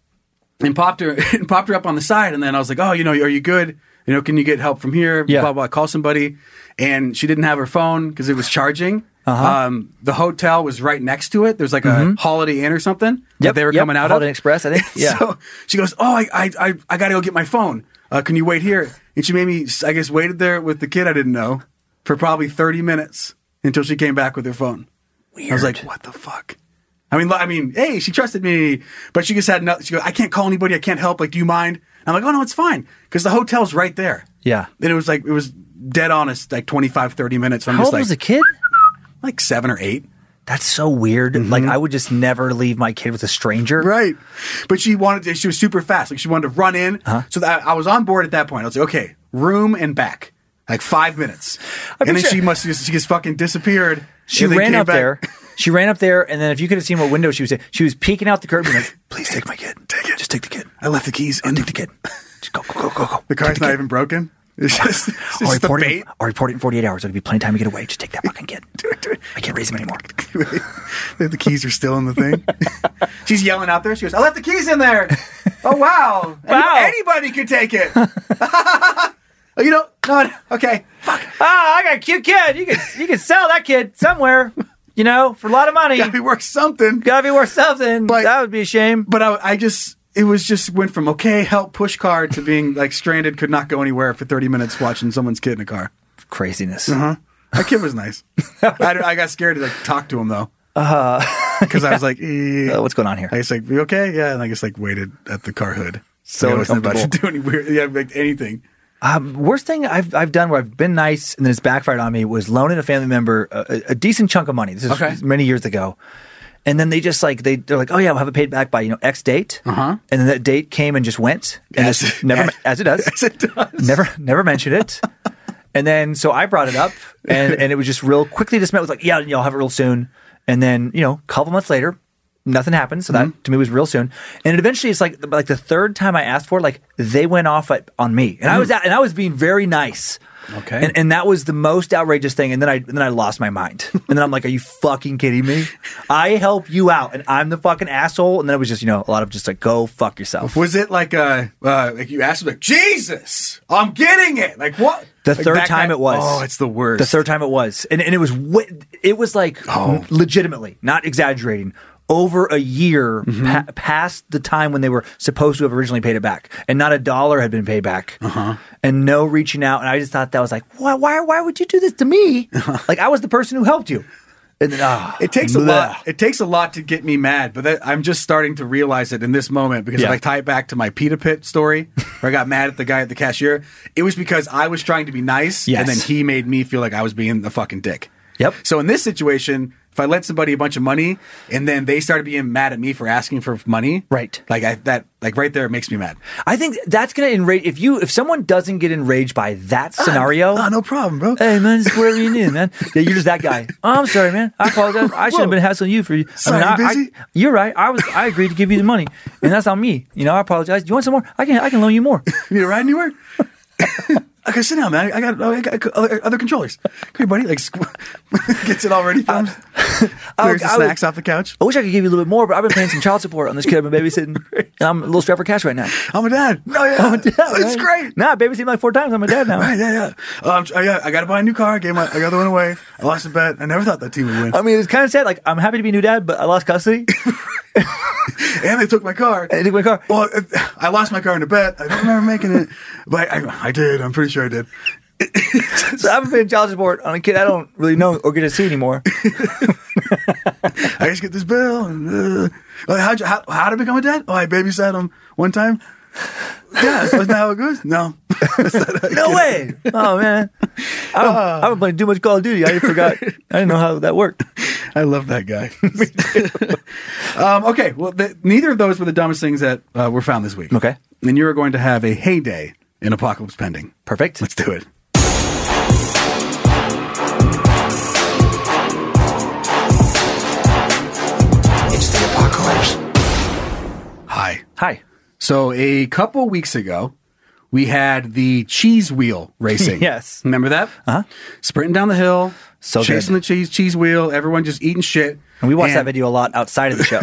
and popped her and popped her up on the side. And then I was like, oh, you know, are you good? You know, can you get help from here? Yeah. Blah, blah, call somebody. And she didn't have her phone because it was charging. Uh-huh. Um, the hotel was right next to it. There's like a Holiday Inn or something that Mm-hmm. Yep, they were yep. coming out Holiday of. Express, I think. Yeah. So she goes, "Oh, I, I, I, I got to go get my phone. Uh, can you wait here?" And she made me, I guess, waited there with the kid I didn't know for probably thirty minutes until she came back with her phone. I was like, "What the fuck?" I mean, li- I mean, hey, she trusted me, but she just had no. She goes, "I can't call anybody. I can't help. Like, do you mind?" And I'm like, "Oh no, it's fine," because the hotel's right there. Yeah. And it was like it was dead honest, like 25, 30 minutes. I'm How just old like, was the kid? like seven or eight. That's so weird. Like I would just never leave my kid with a stranger. Right. But she wanted to, she was super fast. Like she wanted to run in. Uh-huh. So that I was on board at that point. I was like, okay, room and back. Like five minutes. and then picture- she must have just, she just fucking disappeared. She and then ran came up back. there. She ran up there, and then if you could have seen what window she was in, she was peeking out the curtain. Like, Please take my kid. Take it. Just take the kid. I left the keys in. Take the kid. Just go, go, go, go, go. The car's Take not kid. Oh, even broken. It's just, it's I'll just the report, it bait. in, I'll report it in 48 hours. It'll be plenty of time to get away. Just take that fucking kid. do it, do it. I can't raise him anymore. the keys are still in the thing. She's yelling out there. She goes, I left the keys in there. Oh, wow. Any- Wow. Anybody could take it. oh, you know, no, no, okay. Ah, I got a cute kid. You can you can sell that kid somewhere, you know, for a lot of money. Gotta be worth something. Gotta be worth something. But- that would be a shame. but I, I just it was just went from okay help push car to being like stranded could not go anywhere for 30 minutes watching someone's kid in a car Craziness. that kid was nice I, I got scared to like talk to him though Uh-huh. because i was like eh. Uh, what's going on here? i guess like you okay yeah and i guess like waited at the car hood So I wasn't about to do uncomfortable. any weird yeah like anything Um, worst thing I've I've done where I've been nice and then it's backfired on me was loaning a family member a, a decent chunk of money. This is Okay. many years ago, and then they just like they they're like, oh yeah, we'll have it paid back by you know X date, uh-huh. and then that date came and just went, and As- just never as it does, as it does. never never mentioned it. And then so I brought it up, and and it was just real quickly just met with like, yeah, you know, I'll have it real soon. And then you know, a couple months later, nothing happened. So that to me was real soon. And eventually, it's like like the third time I asked for, it, like they went off at, on me, and I was at, and I was being very nice. Okay. And, and that was the most outrageous thing. And then I and then I lost my mind. And then I'm like, are you fucking kidding me? I help you out, and I'm the fucking asshole. And then it was just you know a lot of just like go fuck yourself. was it like uh, uh like you asked him like jesus i'm getting it like what The Like, third that time guy- it was. oh it's the worst The third time it was, and and it was wa- it was like Oh. n- legitimately, not exaggerating, over a year Mm-hmm. pa- past the time when they were supposed to have originally paid it back, and not a dollar had been paid back, Uh-huh. and no reaching out, and I just thought that was like, why why why would you do this to me? Like I was the person who helped you, and then ah, It takes a bleh. lot. It takes a lot to get me mad, but that, I'm just starting to realize it in this moment because Yeah. if I tie it back to my pita pit story, where I got mad at the guy at the cashier, it was because I was trying to be nice, Yes. and then he made me feel like I was being the fucking dick. Yep. So in this situation, If I lent somebody a bunch of money and then they started being mad at me for asking for money, Right. Like I, that, like right there, it makes me mad. I think that's gonna enrage if you if someone doesn't get enraged by that scenario. Oh, no problem, bro. Hey man, it's whatever you need, man. Yeah, you're just that guy. Oh, I'm sorry, man. I apologize. I shouldn't have been hassling you for you. Sorry, I mean, I, busy. I, you're right. I was I agreed to give you the money, and that's on me. You know, I apologize. You want some more? I can I can loan you more. You need a ride anywhere? okay, sit down, man. I got, I got other controllers. Come here, buddy. Like squ- gets it all ready for him. Clears the Um, I would- snacks off the couch. I wish I could give you a little bit more, but I've been paying some child support on this kid I've been babysitting, and I'm a little strapped for cash right now. I'm a dad. No, yeah, Oh, yeah, it's right. great. Nah, I babysitting like four times. I'm a dad now. Right, yeah, yeah. Oh, I'm, oh, yeah, I got to buy a new car. I gave my, I got the one away. I lost a bet. I never thought that team would win. I mean, it's kind of sad. Like, I'm happy to be a new dad, but I lost custody. and they took my car. They took my car. Well, I- I lost my car in a bet. I don't remember making it, but I, I did. I'm pretty sure I did. so I've been paying child support on a kid I don't really know or get to see anymore. I just get this bill. And, uh, like, how'd you, how, how'd I become a dad? Oh, I babysat him one time. Yeah, so isn't that how it goes? No. No way! Oh man, I don't, I've been playing too much Call of Duty. I forgot. I didn't know how that worked. I love that guy. um, okay, well, th- neither of those were the dumbest things that uh, were found this week. Okay. And you're going to have a heyday in Apocalypse Pending. Perfect. Let's do it. It's the apocalypse. Hi. Hi. So a couple weeks ago, we had the cheese wheel racing. Yes. Remember that? Uh-huh. Sprinting down the hill, So chasing good. the cheese cheese wheel, everyone just eating shit. And we watched that video a lot outside of the show,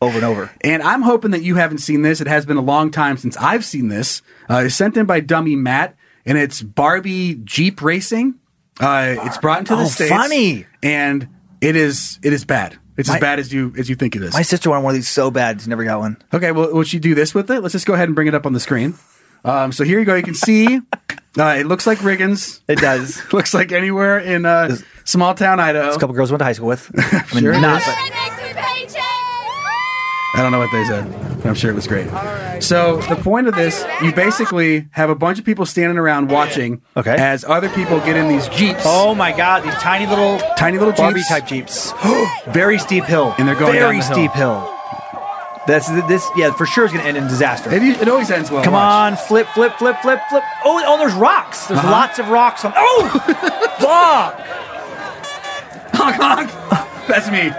over and over. And I'm hoping that you haven't seen this. It has been a long time since I've seen this. Uh, it's sent in by Dummy Matt, and it's Barbie Jeep Racing. Uh, it's brought into the Oh, states. funny. And it is it is bad. It's My- as bad as you as you think it is. My sister wanted one of these so bad, she never got one. Okay, well, will she do this with it? Let's just go ahead and bring it up on the screen. Um, so here you go. You can see uh, it looks like Riggins. It does. looks like anywhere in uh, small town Idaho. A couple girls went to high school with. I mean, Sure it not, is. but I don't know what they said. but I'm sure it was great. So the point of this, you basically have a bunch of people standing around watching Okay. as other people get in these jeeps. Oh my God! These tiny little Tiny little Barbie Jeeps. type jeeps. Very steep hill, And they're going down very the hill. steep hill. That's this. Yeah, for sure is going to end in disaster. It, it always ends well. Come Watch. on, flip, flip, flip, flip, flip. Oh, oh, there's rocks. There's lots of rocks on. Oh, fuck! honk honk. That's me.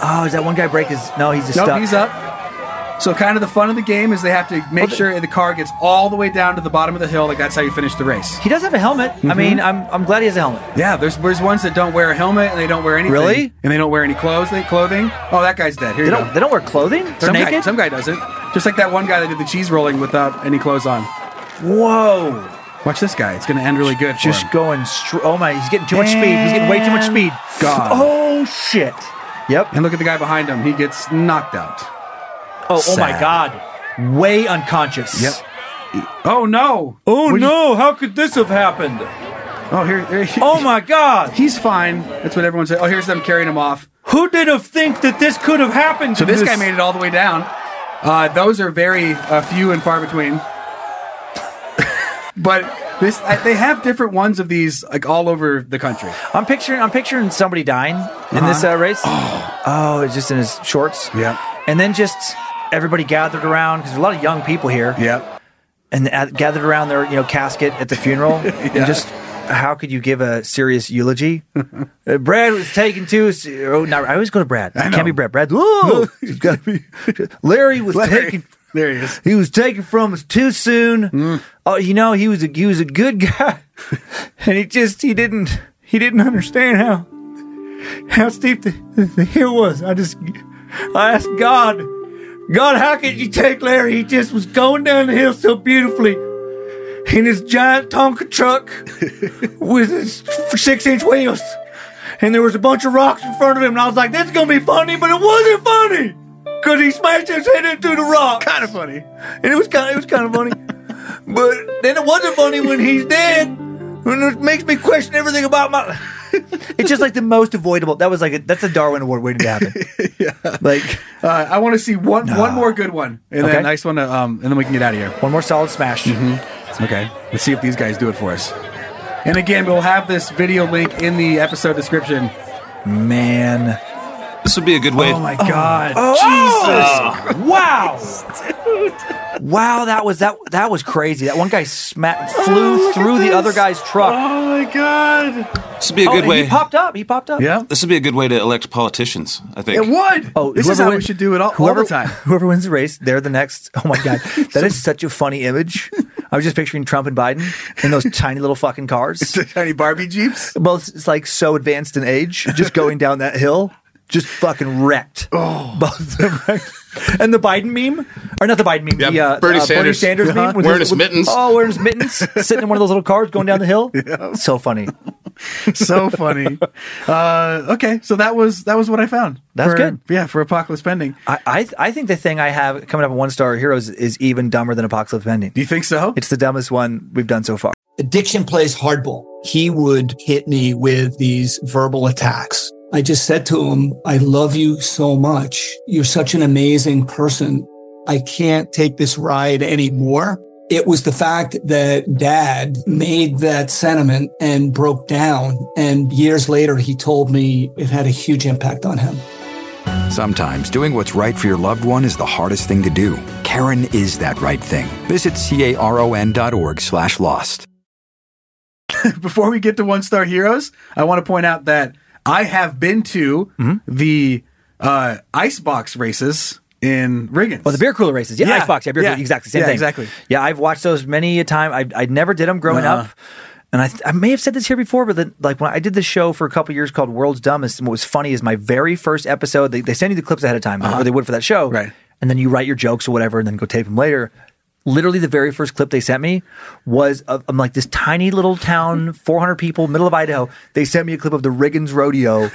Oh, is that one guy break his? No, he's just Nope, stuck. he's up. So kind of the fun of the game is they have to make Well, the- sure the car gets all the way down to the bottom of the hill. Like that's how you finish the race. He does have a helmet. I mean, I'm, I'm glad he has a helmet. Yeah, there's there's ones that don't wear a helmet and they don't wear anything. Really? And they don't wear any clothes. They clothing. Oh, that guy's dead. Here They you don't go. they don't wear clothing. They're some naked. Guy, some guy does it. Just like that one guy that did the cheese rolling without any clothes on. Whoa! Watch this guy. It's going to end really good. for Just him. going. Str- oh my! He's getting too much speed. He's getting way too much speed. And gone. Oh shit! Yep. And look at the guy behind him. He gets knocked out. Oh, oh my Sad. god. Way unconscious. Yep. Oh no. Oh What do you- no! How could this have happened? Oh here. here- Oh my god! He's fine. That's what everyone said. Oh, here's them carrying him off. Who did have think that this could have happened? So to this this guy made it all the way down. Uh, those are very uh, few and far between. but this, I, they have different ones of these like all over the country. I'm picturing I'm picturing somebody dying in this uh, race. Oh. it's just in his shorts. Yeah. And then just everybody gathered around because there's a lot of young people here. Yep. And uh, gathered around their you know casket at the funeral and just. How could you give a serious eulogy? Uh, Brad was taken to. Oh, no, I always go to Brad. It know. can't be Brad. Brad. Whoa, it's gotta be. Larry was taken. There he is. He was taken from us too soon. Oh, you know, he was a he was a good guy, and he just he didn't he didn't understand how how steep the, the hill was. I just I asked God, God, how could you take Larry? He just was going down the hill so beautifully in his giant Tonka truck with his six inch wheels, and there was a bunch of rocks in front of him, and I was like, this is gonna be funny, but it wasn't funny. Cause he smashed his head into the rock Kind of funny. and it was kind of, it was kind of funny. but then it wasn't funny when he's dead, and it makes me question everything about my. it's just like the most avoidable. That was like a, that's a Darwin Award waiting to happen. Like Uh, I want to see one one more good one, and then Okay. a nice one, to, um, and then we can get out of here. one more solid smash. Okay. Let's see if these guys do it for us. And again, we'll have this video link in the episode description Man. This would be a good way. Oh my god. Uh, Jesus. wow. wow, that was that that was crazy. That one guy sma- flew through the other guy's truck. Oh my god. this would be a Oh, good and way. He popped up. He popped up. Yeah. this would be a good way to elect politicians. I think. It would. Oh, this is whoever how we wins- should do it all, all whoever, the time. Whoever wins the race, they're the next. Oh my god, that is such a funny image. I was just picturing Trump and Biden in those tiny little fucking cars, The tiny Barbie Jeeps. both it's like so advanced in age, just going down that hill, just fucking wrecked. Oh, both of them. wrecked. And the Biden meme, or not the Biden meme, Yeah, the uh, Bernie uh, Sanders. Sanders Uh-huh. meme, with Wearing his mittens. Oh, wearing his mittens, sitting in one of those little cars going down the hill. So funny. so funny. Uh, okay, so that was that was what I found. That's for- good. Yeah, for apocalypse pending. I, I I think the thing I have coming up in one star heroes is even dumber than Apocalypse Pending. Do you think so? It's the dumbest one we've done so far. Addiction plays hardball. He would hit me with these verbal attacks. I just said to him, I love you so much. You're such an amazing person. I can't take this ride anymore. It was the fact that dad made that sentiment and broke down. And years later, he told me it had a huge impact on him. Sometimes doing what's right for your loved one is the hardest thing to do. Karen is that right thing. Visit caron.org slash lost. Before we get to one star heroes, I want to point out that I have been to Mm-hmm. the uh, icebox races in Riggins. Well, Oh, the beer cooler races, yeah, Yeah, icebox, yeah, beer yeah. cooler, exactly, same Yeah, thing, exactly. Yeah, I've watched those many a time. I I never did them growing up, and I th- I may have said this here before, but then, like when I did this show for a couple years called World's Dumbest, and what was funny is my very first episode. They, they send you the clips ahead of time, or they would for that show, Right. And then you write your jokes or whatever, and then go tape them later. Literally, the very first clip they sent me was of, I'm like this tiny little town, 400 people, middle of Idaho. They sent me a clip of the Riggins Rodeo,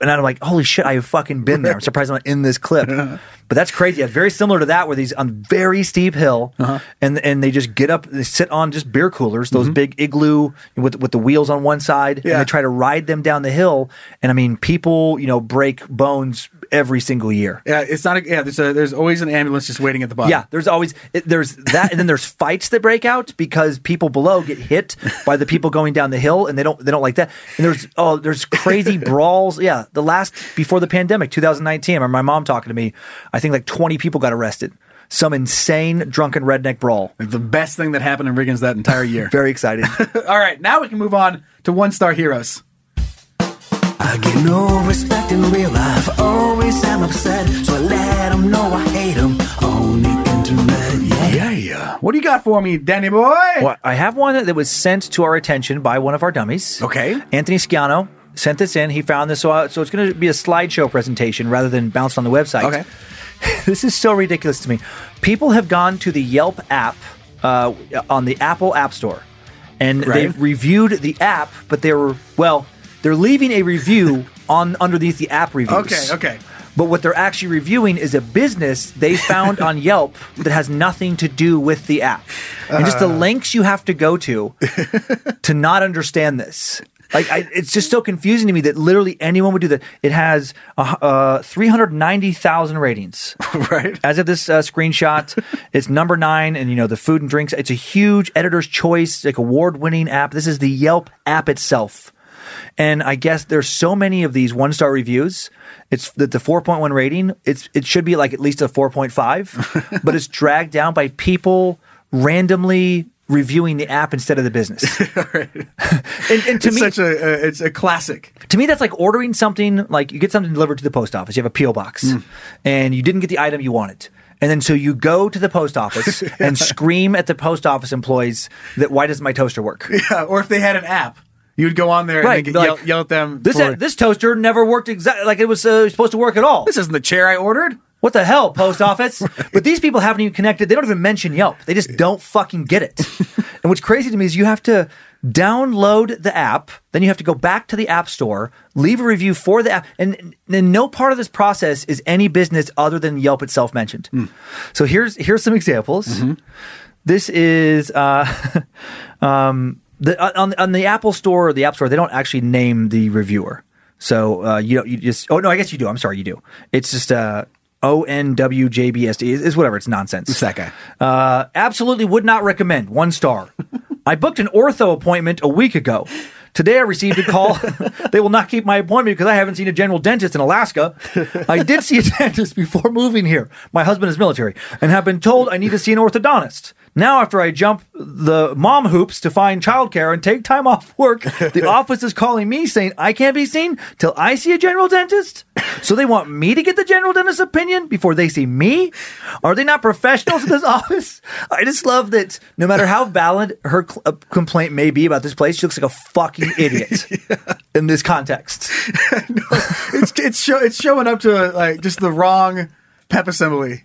and I'm like, holy shit, I have fucking been there. I'm surprised I'm not in this clip. Uh-huh. But that's crazy. That's very similar to that, where these on very steep hill, Uh-huh. and and they just get up, they sit on just beer coolers, those big igloo with with the wheels on one side, and Mm-hmm. Yeah. they try to ride them down the hill. And I mean, people, you know, break bones every single year. yeah, it's not. A, yeah, there's a, there's always an ambulance just waiting at the bottom. Yeah, there's always it- there's that, and then there's fights that break out because people below get hit by the people going down the hill, and they don't they don't like that. And there's oh there's crazy brawls. Yeah, the last before the pandemic, 2019. I remember my mom talking to me. I think like 20 people got arrested. Some insane drunken redneck brawl. the best thing that happened in Riggins that entire year. Very exciting. All right, now we can move on to one star heroes. I get no respect in real life. Always I'm upset, so I let 'em know I hate 'em on the internet. Yeah. Yeah, yeah. What do you got for me, Danny boy? Well, I have one that was sent to our attention by one of our dummies. Okay. Anthony Sciano sent this in. He found this, so, I- so it's going to be a slideshow presentation rather than bounced on the website. Okay. this is so ridiculous to me. People have gone to the Yelp app uh, on the Apple App Store, and Right. they've reviewed the app, but they were well, they're leaving a review on underneath the app reviews. Okay, okay. But what they're actually reviewing is a business they found on Yelp that has nothing to do with the app. And just the Uh-huh. links you have to go to to not understand this. Like, I, it's just so confusing to me that literally anyone would do that. It has uh, uh, 390,000 ratings. Right. As of this uh, screenshot, it's number nine, and you know the food and drinks. It's a huge editor's choice, like award-winning app. This is the Yelp app itself, and I guess there's so many of these one-star reviews. It's that the 4.1 rating. It's it should be like at least a 4.5, but it's dragged down by people randomly reviewing the app instead of the business. and, and to it's me, such a, a it's a classic. to me that's like ordering something like you get something delivered to the post office you have a po box and you didn't get the item you wanted and then so you go to the post office and scream at the post office employees that why doesn't my toaster work Yeah, or if they had an app, you would go on there right and then like, get, yell, yell at them. this for, this toaster never worked exactly like it was uh, supposed to work at all this isn't the chair I ordered. what the hell, post office? But these people haven't even connected. They don't even mention Yelp. They just don't fucking get it. and what's crazy to me is you have to download the app, then you have to go back to the app store, leave a review for the app, and then no part of this process is any business other than Yelp itself mentioned. So here's here's some examples. This is uh, um, the on on the Apple Store or the App Store. They don't actually name the reviewer, so uh, you don't- you just. Oh no, I guess you do. I'm sorry, you do. It's just uh, O N W J B S D is is whatever. It's nonsense. It's that guy. Uh, absolutely would not recommend. One star. I booked an ortho appointment a week ago. Today I received a call. they will not keep my appointment because I haven't seen a general dentist in Alaska. I did see a dentist before moving here. My husband is military and have been told I need to see an orthodontist. Now, after I jump the mom hoops to find childcare and take time off work, the office is calling me saying I can't be seen till I see a general dentist. So they want me to get the general dentist's opinion before they see me? Are they not professionals in this office? I just love that no matter how valid her cl- uh, complaint may be about this place, she looks like a fucking idiot in this context. it's it's, show, it's showing up to like just the wrong pep assembly.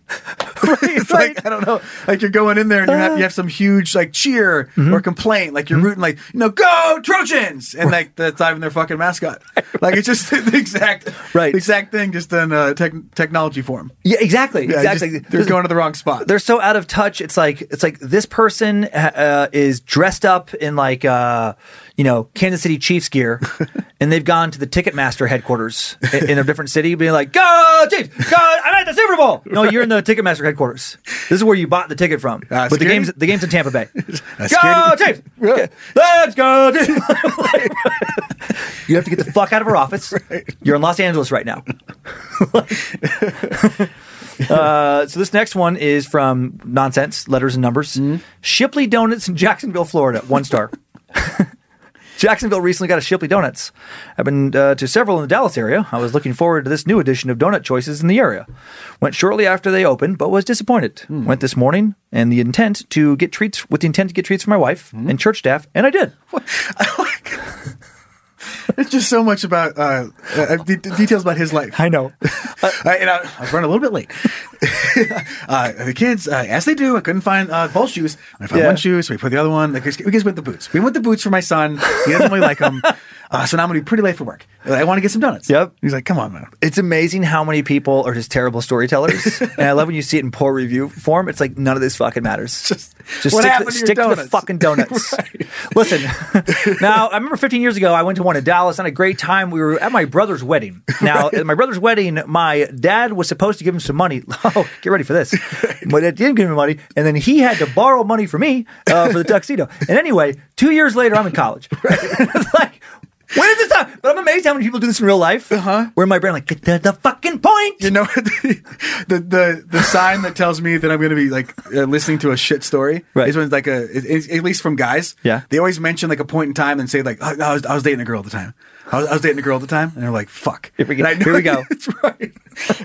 it's like I don't know, like you're going in there and you Uh. have you have some huge like cheer Mm-hmm. or complaint, like you're rooting like you know go Trojans, and like that's not even their fucking mascot. Like it's just the exact Right. the exact thing, just in uh, tech technology form. Yeah, exactly. Yeah, just- exactly. they're going to the wrong spot. They're so out of touch. It's like it's like this person uh, is dressed up in like uh, you know Kansas City Chiefs gear, and they've gone to the Ticketmaster headquarters in, in a different city, being like, "Go Chiefs! Go! I'm at the Super Bowl." No, you're in the Ticketmaster headquarters. This is where you bought the ticket from. Uh, but the security? Uh, game's the game's in Tampa Bay. go security- Chiefs! Let's go Chiefs! you have to get the fuck out of her office. You're in Los Angeles right now. Uh, so this next one is from Nonsense Letters and Numbers. Mm-hmm. Shipley Donuts in Jacksonville, Florida. One star. Jacksonville recently got a Shipley Donuts. I've been uh, to several in the Dallas area. I was looking forward to this new edition of donut choices in the area. Went shortly after they opened, but was disappointed. Went this morning, and the intent to get treats with the intent to get treats for my wife and church staff, and I did. It's just so much about uh, uh, de- de- details about his life. I know. I, and Uh, I, I was running a little bit late. uh, the kids, uh, as they do, I couldn't find uh, both shoes. I found Yeah. one shoe, so we put the other one. Like, we just- we just went the boots. We went the boots for my son. He doesn't really like them. Uh, so now I'm going to be pretty late for work. I want to get some donuts. Yep. He's like, come on, man. It's amazing how many people are just terrible storytellers, and I love when you see it in poor review form. It's like none of this fucking matters. Just, what stick, happened to, to your stick to the donuts? fucking donuts. Listen, now I remember 15 years ago I went to one in Dallas and had a great time. We were at my brother's wedding. Now at my brother's wedding, my dad was supposed to give him some money. Oh, get ready for this! But it didn't give him money, and then he had to borrow money from me uh, for the tuxedo. And anyway, two years later, I'm in college. It's like. When did this happen? But I'm amazed how many people do this in real life. Uh-huh. Where in my brain, like, get to the fucking point. You know, the, the the sign that tells me that I'm going to be like uh, listening to a shit story Right. is when it's like a it- it's- at least from guys. Yeah. they always mention like a point in time and say like oh, I was I was dating a girl at the time. I was, I was dating a girl at the time, and they're like, "Fuck." Here we go. And I know Here we go. It's right.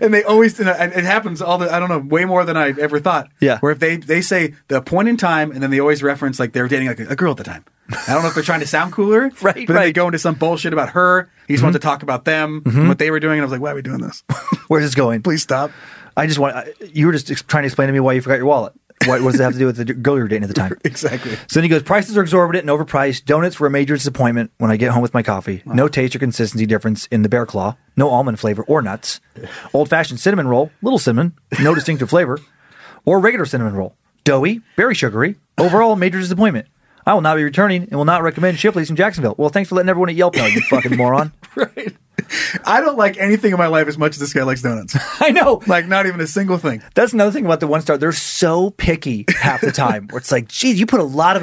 And they always, and I- it happens all the, I don't know, way more than I ever thought. Yeah. Where if they they say the point in time, and then they always reference like they were dating like a, a girl at the time. I don't know if they're trying to sound cooler, But Right, then they right. Mm-hmm. go into some bullshit about her. He just wanted to talk about them, and what they were doing, and I was like, "Why are we doing this?" Where's this going? Please stop. I just want. I, you were just ex- trying to explain to me why you forgot your wallet. What, what does it have to do with the d- girl you were dating at the time? Exactly. So then he goes, prices are exorbitant and overpriced. Donuts were a major disappointment when I get home with my coffee. No taste or consistency difference in the bear claw. No almond flavor or nuts. Old fashioned cinnamon roll, little cinnamon, no distinctive flavor. Or regular cinnamon roll. Doughy, very sugary. Overall, a major disappointment. I will not be returning and will not recommend Shipley's in Jacksonville. Well, thanks for letting everyone at Yelp know, you fucking moron. Right. I don't like anything in my life as much as this guy likes donuts. I know. like not even a single thing. That's another thing about the one star. They're so picky half the time. Where it's like, geez, you put a lot of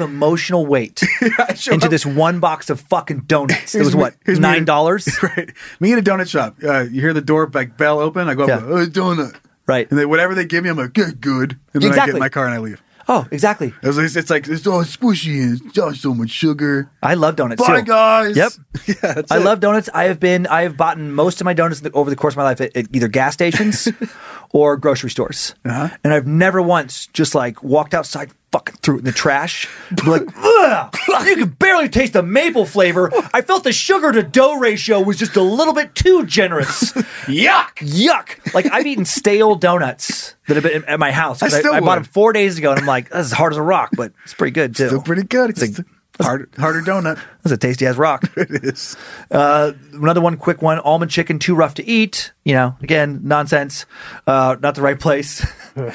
emotional weight sure. into this one box of fucking donuts. It Here's was me- what here's me- nine dollars, Right. Me in a donut shop. Uh, you hear the door like bell open. I go up. Yeah. Oh, donut. right? And then whatever they give me, I'm like good, good. And then I get Exactly. in my car and I leave. oh, exactly. It's, it's, it's like it's all squishy and it's all so much sugar. I love donuts. Bye too. guys. Yep. Yeah. That's I it. love donuts. I have been. I have bought most of my donuts in the- over the course of my life at, at either gas stations or grocery stores, Uh-huh. and I've never once just like walked outside, fucking threw it in the trash. Be like, "Ugh, you can barely taste the maple flavor. I felt the sugar to dough ratio was just a little bit too generous. Yuck. Yuck! Like I've eaten stale donuts that have been at my house. 'cause I still I, bought them would. four days ago, and I'm like, "That's as hard as a rock, but it's pretty good too. Still pretty good. It's It's like like- harder, harder donut. That's a tasty ass rock." It is. Uh, another one, quick one: almond chicken, too rough to eat. You know, again, nonsense. Uh, not the right place.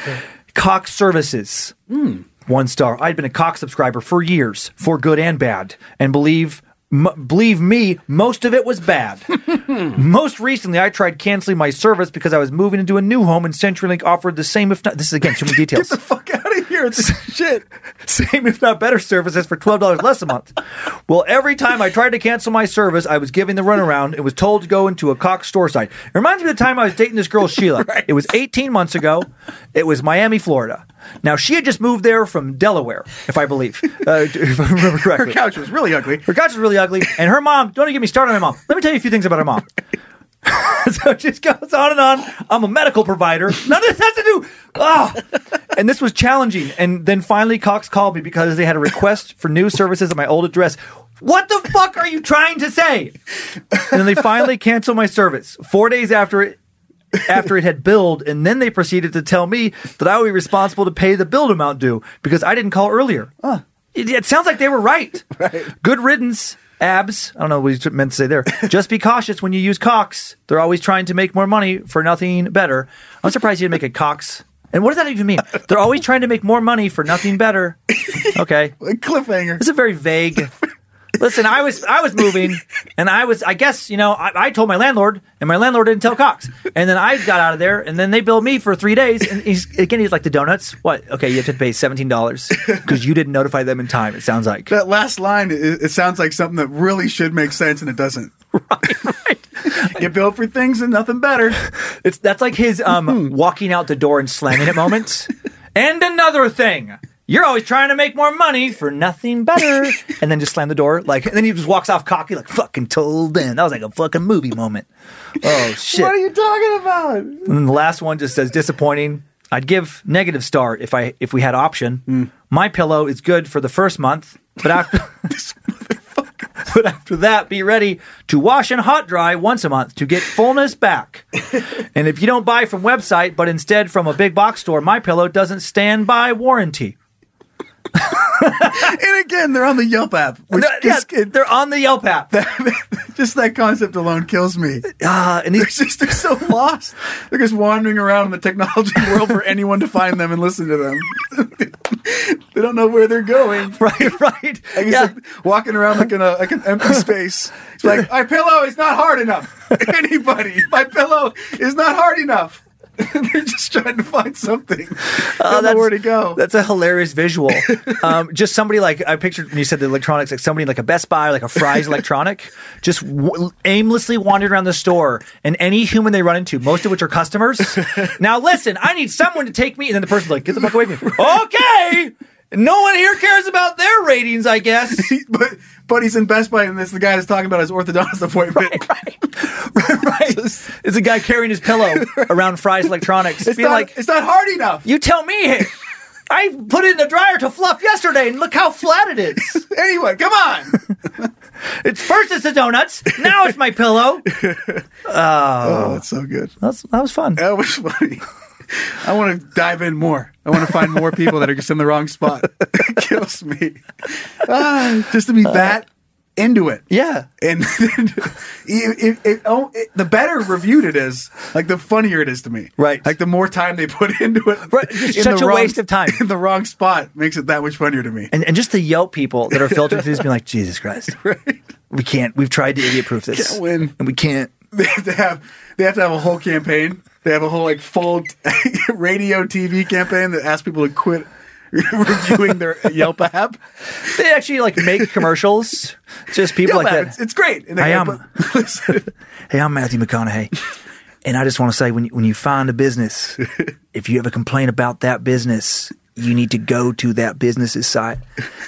Cox Services, one star. I'd been a Cox subscriber for years, for good and bad, and believe. M- believe me, most of it was bad. most recently, I tried canceling my service because I was moving into a new home, and CenturyLink offered the same, if not. This is again too many details. Fuck out of here. year. It's shit. Same if not better services for twelve dollars less a month. Well, every time I tried to cancel my service, I was given the runaround and was told to go into a Cox store site. It reminds me of the time I was dating this girl Sheila. It was eighteen months ago. It was Miami, Florida. Now she had just moved there from Delaware, if I believe, uh, if I remember correctly. Her couch was really ugly. Her couch was really ugly, and her mom. Don't even get me started on my mom. Let me tell you a few things about her mom. so it just goes on and on. I'm a medical provider. None of this has to do. Ah, and this was challenging. And then finally, Cox called me because they had a request for new services at my old address. What the fuck are you trying to say? And then they finally canceled my service four days after it. After it had billed, and then they proceeded to tell me that I would be responsible to pay the billed amount due because I didn't call earlier. It, it sounds like they were right. Good riddance, abs. I don't know what he meant to say there. Just be cautious when you use Cox. They're always trying to make more money for nothing better. I'm surprised you didn't make a Cox. And what does that even mean? They're always trying to make more money for nothing better. Okay. Cliffhanger. It's a very vague. Listen, I was I was moving, and I was I guess you know I, I told my landlord, and my landlord didn't tell Cox, and then I got out of there, and then they billed me for three days, and he's again he's like the donuts. What? Okay, you have to pay seventeen dollars because you didn't notify them in time. It sounds like That last line, it, it sounds like something that really should make sense and it doesn't. Right, right. you build for things and nothing better. It's that's like his Hmm. um walking out the door and slamming it moments. and another thing. You're always trying to make more money for nothing better. and then just slam the door. Like and then he just walks off cocky like fucking told then. That was like a fucking movie moment. Oh shit. What are you talking about? And then the last one just says disappointing. I'd give negative star if I if we had option. Mm. My pillow is good for the first month, but after but after that, be ready to wash and hot dry once a month to get fullness back. and if you don't buy from website, but instead from a big box store, my pillow doesn't stand by warranty. And again, they're on the Yelp app. Which They're- yeah, just, it- they're on the Yelp app. just that concept alone kills me. Ah, and these- They're just they're so lost. They're just wandering around in the technology world for anyone to find them and listen to them. they don't know where they're going. right, right. I guess Yeah. like walking around like in a like an empty space. It's like my pillow is not hard enough. Anybody, my pillow is not hard enough. They're just trying to find something. Oh, don't know that's- where to go. That's a hilarious visual. um, just somebody like I pictured when you said the electronics, like somebody like a Best Buy, or like a Fry's electronic, just w- aimlessly wandered around the store, and any human they run into, most of which are customers. now listen, I need someone to take me, and then the person's like, "Get the fuck away from me." okay. No one here cares about their ratings, I guess. but but he's in Best Buy, and this the guy is talking about his orthodontist appointment. right? It's a guy carrying his pillow around Fry's Electronics. It's being not like, it's not hard enough. you tell me. I put it in the dryer to fluff yesterday, and look how flat it is. anyway, come on. It's first it's the donuts, now it's my pillow. Oh, that's so good. That's, that was fun. That was funny. I want to dive in more. I want to find more people that are just in the wrong spot. It kills me. Ah, just to Uh, be that into it. Yeah. And then it, it, it, oh, it, the better reviewed it is, like the funnier it is to me. Right. Like the more time they put into it. Right. It's in such the a waste of time. In the wrong spot makes it that much funnier to me. And, and just the Yelp people that are filtering through this being like, Jesus Christ. We can't. We've tried to idiot proof this. Can't win. And we can't. They have to have they have to have a whole campaign. They have a whole like full radio TV campaign that asks people to quit reviewing their Yelp app. They actually like make commercials. Just people Yelp like app, that. It's, it's great. And I they am. but listen, Hey, I'm Matthew McConaughey. And I just want to say when you, when you find a business, if you ever complain about that business, you need to go to that business's site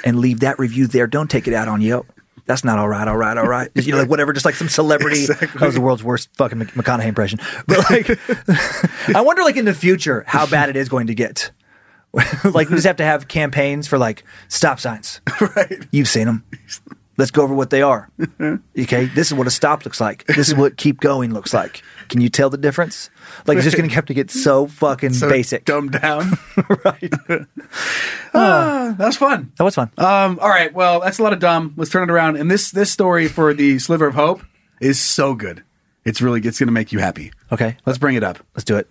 and leave that review there. Don't take it out on Yelp. That's not all right, all right, all right. You know, like whatever, just like some celebrity. That was the world's worst fucking Mc- McConaughey impression. But like, I wonder, like in the future, how bad it is going to get. like we just have to have campaigns for like stop signs. Right. You've seen them. Let's go over what they are. Okay. This is what a stop looks like. This is what keep going looks like. Can you tell the difference? Like it's just going to have to get so fucking so basic. dumbed down. right. Ah, that was fun. That was fun. Um, all right, well, that's a lot of dumb. Let's turn it around. And this this story for the sliver of hope is so good. It's really it's gonna make you happy. okay. Let's bring it up. Let's do it.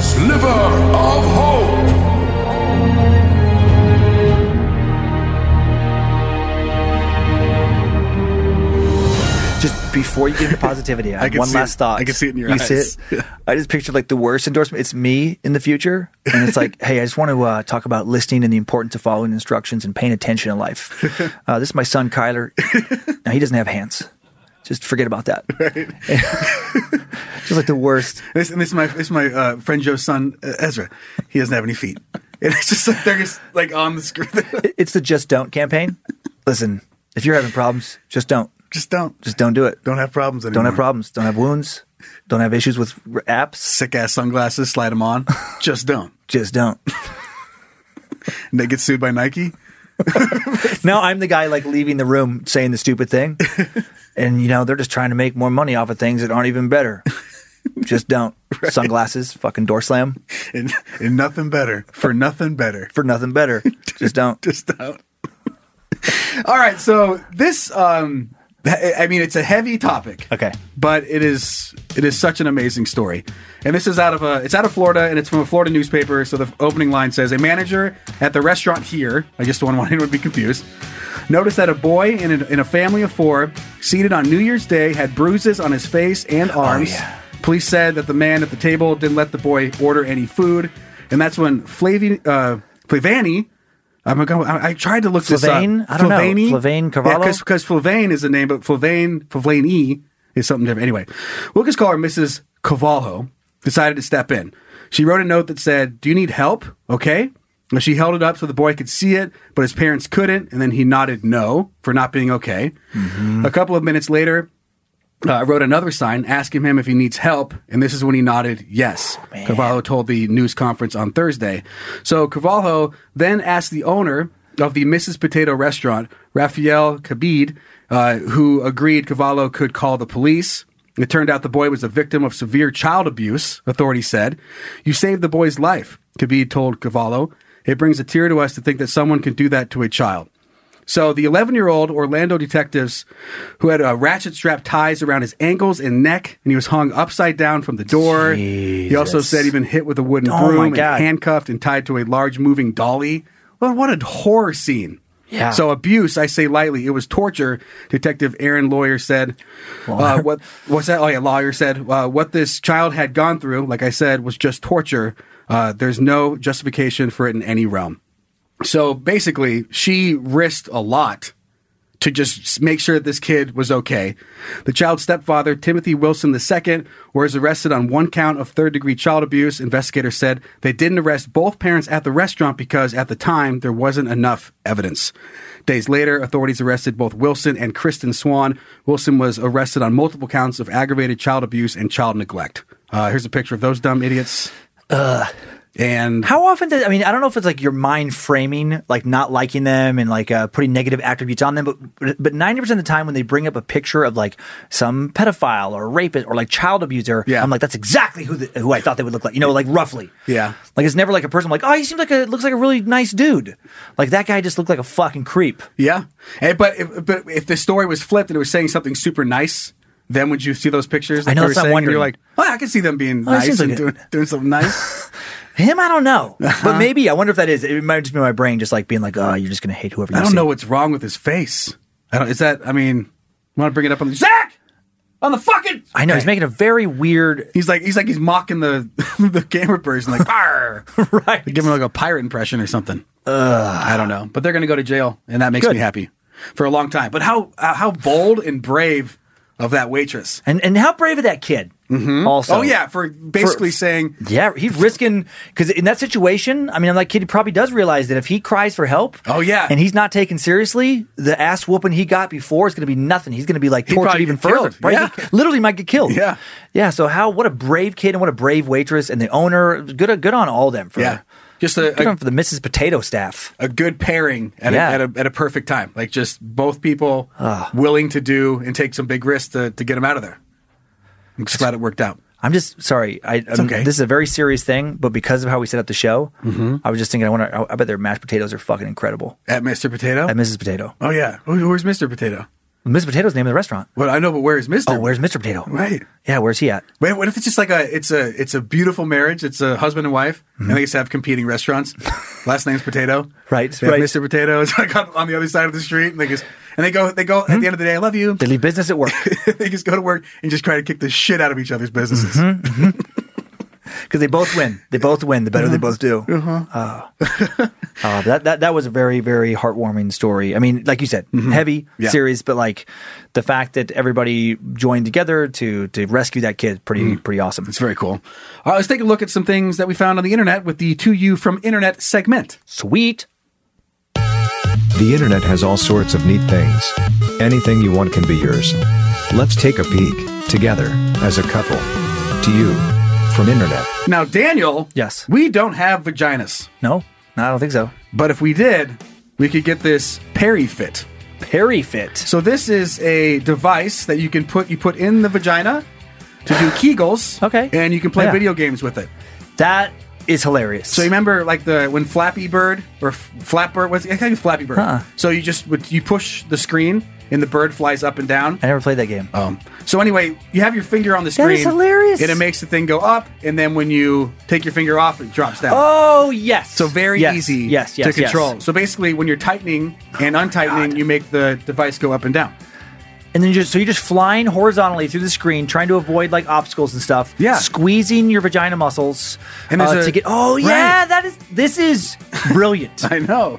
Sliver of Hope. Just before you get into positivity, I, I have can one see last it. thought. I can see it in your you eyes. See it? I just pictured like the worst endorsement. It's me in the future, and it's like, hey, I just want to uh, talk about listening and the importance of following instructions and paying attention in life. Uh, this is my son Kyler. now he doesn't have hands. Just forget about that. just like the worst. This, and this is my this is my uh, friend Joe's son uh, Ezra. He doesn't have any feet. And it's just like they're just like on the screen. it's the just don't campaign. Listen, if you're having problems, just don't. Just don't. Just don't do it. Don't have problems anymore. Don't have problems. Don't have wounds. Don't have issues with r- apps. Sick ass sunglasses. Slide them on. Just don't. Just don't. and they get sued by Nike. now I'm the guy like leaving the room saying the stupid thing. and you know, they're just trying to make more money off of things that aren't even better. Just don't. Sunglasses, fucking door slam. And, and nothing better. For nothing better. For nothing better. Just don't. Just don't. All right, so this um I I mean it's a heavy topic. Okay. But it is it is such an amazing story. And this is out of a it's out of Florida and it's from a Florida newspaper, so the opening line says a manager at the restaurant here, I just don't want anyone to be confused. Noticed that a boy in a, in a family of 4 seated on New Year's Day had bruises on his face and arms. Police said that the man at the table didn't let the boy order any food, and that's when Flavi uh Flavani I'm gonna, I I tried to look Flavane? this up. I don't know. Flavane Carvalho? because Flavane is the name, but Flavane, Flavane E is something different. Anyway, we'll just call her Mrs. Carvalho, decided to step in. She wrote a note that said, Do you need help? Okay. And she held it up so the boy could see it, but his parents couldn't. And then he nodded no for not being okay. Mm-hmm. A couple of minutes later, uh, wrote another sign asking him if he needs help, and this is when he nodded yes. Carvalho told the news conference on Thursday. So Carvalho then asked the owner of the Mrs. Potato restaurant, Rafael Kabid, uh, who agreed Carvalho could call the police. It turned out the boy was a victim of severe child abuse, authorities said. You saved the boy's life, Kabid told Carvalho. It brings a tear to us to think that someone can do that to a child. So the 11 year old Orlando detectives who had uh, ratchet strap ties around his ankles and neck, and he was hung upside down from the door. He also said he'd been hit with a wooden Oh, my broom and God. handcuffed and tied to a large moving dolly. Well, what a horror scene. Yeah. So abuse, I say lightly, it was torture. Detective Aaron Lawyer said, uh, "What? What's that? Oh yeah, Lawyer said uh, what this child had gone through. Like I said, was just torture. Uh, there's no justification for it in any realm. So basically, she risked a lot to just s- make sure that this kid was okay. The child's stepfather, Timothy Wilson II, was arrested on one count of third degree child abuse. Investigators said they didn't arrest both parents at the restaurant because at the time there wasn't enough evidence. Days later, authorities arrested both Wilson and Kristen Swan. Wilson was arrested on multiple counts of aggravated child abuse and child neglect. Uh, here's a picture of those dumb idiots. Ugh. And how often does I mean I don't know if it's like your mind framing like not liking them and like uh, putting negative attributes on them, but but ninety percent of the time when they bring up a picture of like some pedophile or rapist or like child abuser, yeah. I'm like that's exactly who the, who I thought they would look like, you know, like roughly. Yeah. Like it's never like a person like oh he seems like a looks like a really nice dude, like that guy just looked like a fucking creep. Yeah, and, but if, but if the story was flipped and it was saying something super nice, then would you see those pictures? I know they were that's what I'm saying, and You're wondering. like, oh, I can see them being Oh, it nice seems and like it. doing, doing something nice. Him I don't know, Uh-huh. but maybe I wonder if that is it might just be my brain just like being like oh you're just gonna hate whoever. You I don't see. know what's wrong with his face. I don't, is that? I mean, I want to bring it up on the Zach on the fucking. Eh, I know he's making a very weird. He's like he's like he's mocking the the camera person like, "Arr." right? Give him like a pirate impression or something. I don't know, but they're gonna go to jail, and that makes Good. me happy for a long time. But how uh, how bold and brave of that waitress. And and how brave of that kid. Also, oh yeah, for basically saying Yeah, he's risking because in that situation, I mean, I'm like, kid probably does realize that if he cries for help, Oh, yeah. and he's not taken seriously, the ass whooping he got before is going to be nothing. He's going to be like He'd tortured probably even get further. killed. Right? Yeah. He literally might get killed. Yeah. yeah. So how? What a brave kid and what a brave waitress and the owner. Good, good on all them. For Yeah. Just a- good a- on for the Mrs. Potato staff. a good pairing at, Yeah. Ah. a, at, a, at a perfect time. Like just both people willing to do and take some big risks to, to get them out of there. I'm just glad it worked out. I'm just sorry. I I'm- okay. Mm-hmm. this is a very serious thing, but because of how we set up the show, I was just thinking. I want to. I bet their mashed potatoes are fucking incredible. At Mr. Potato? At Mrs. Potato, oh, yeah. Who- Where's Mr. Potato? Mrs. Potato's the name of the restaurant. Well, I know, but where's Mr.? Oh, where's Mr. Potato? Right. Yeah, where's he at? Wait, what if it's just like a it's a it's a beautiful marriage? It's a husband and wife, and they just have competing restaurants. Last name's Potato, Right, They have Mm-hmm. right. Mr. Potato is like on, on the other side of the street, and they just and they go they go Hmm? at the end of the day. I love you. They leave business at work. they just go to work and just try to kick the shit out of each other's businesses. Mm-hmm. because they both win. They both win. The better they Uh-huh. both do. Uh, uh, that, that that was a very very heartwarming story. I mean, like you said, Mhm. heavy Yeah. series, but like the fact that everybody joined together to to rescue that kid, pretty Mm. pretty awesome. It's very cool. All right, let's take a look at some things that we found on the internet with the 2U from Internet segment. Sweet. The internet has all sorts of neat things. Anything you want can be yours. Let's take a peek, together, as a couple. To you, from Internet. Now, Daniel. Yes. We don't have vaginas. No, I don't think so. But if we did, we could get this Perry Fit. Perry Fit. So this is a device that you can put you put in the vagina to do Kegels. Okay. And you can play Yeah. video games with it. That is hilarious. So you remember like the when Flappy Bird or F- Flapbird was I think it's Flappy Bird. Huh. So you just would you push the screen and the bird flies up and down. I never played that game. Um, so anyway, you have your finger on the screen. That is hilarious. And it makes the thing go up, and then when you take your finger off, it drops down. Oh yes. So very Yes, easy yes, yes, to control. yes. So basically, when you're tightening and untightening, you make the device go up and down. And then just so you're just flying horizontally through the screen, trying to avoid like obstacles and stuff. Yeah. squeezing your vagina muscles. And there's uh, a- to get. Oh yeah, Right. that is. This is brilliant. I know.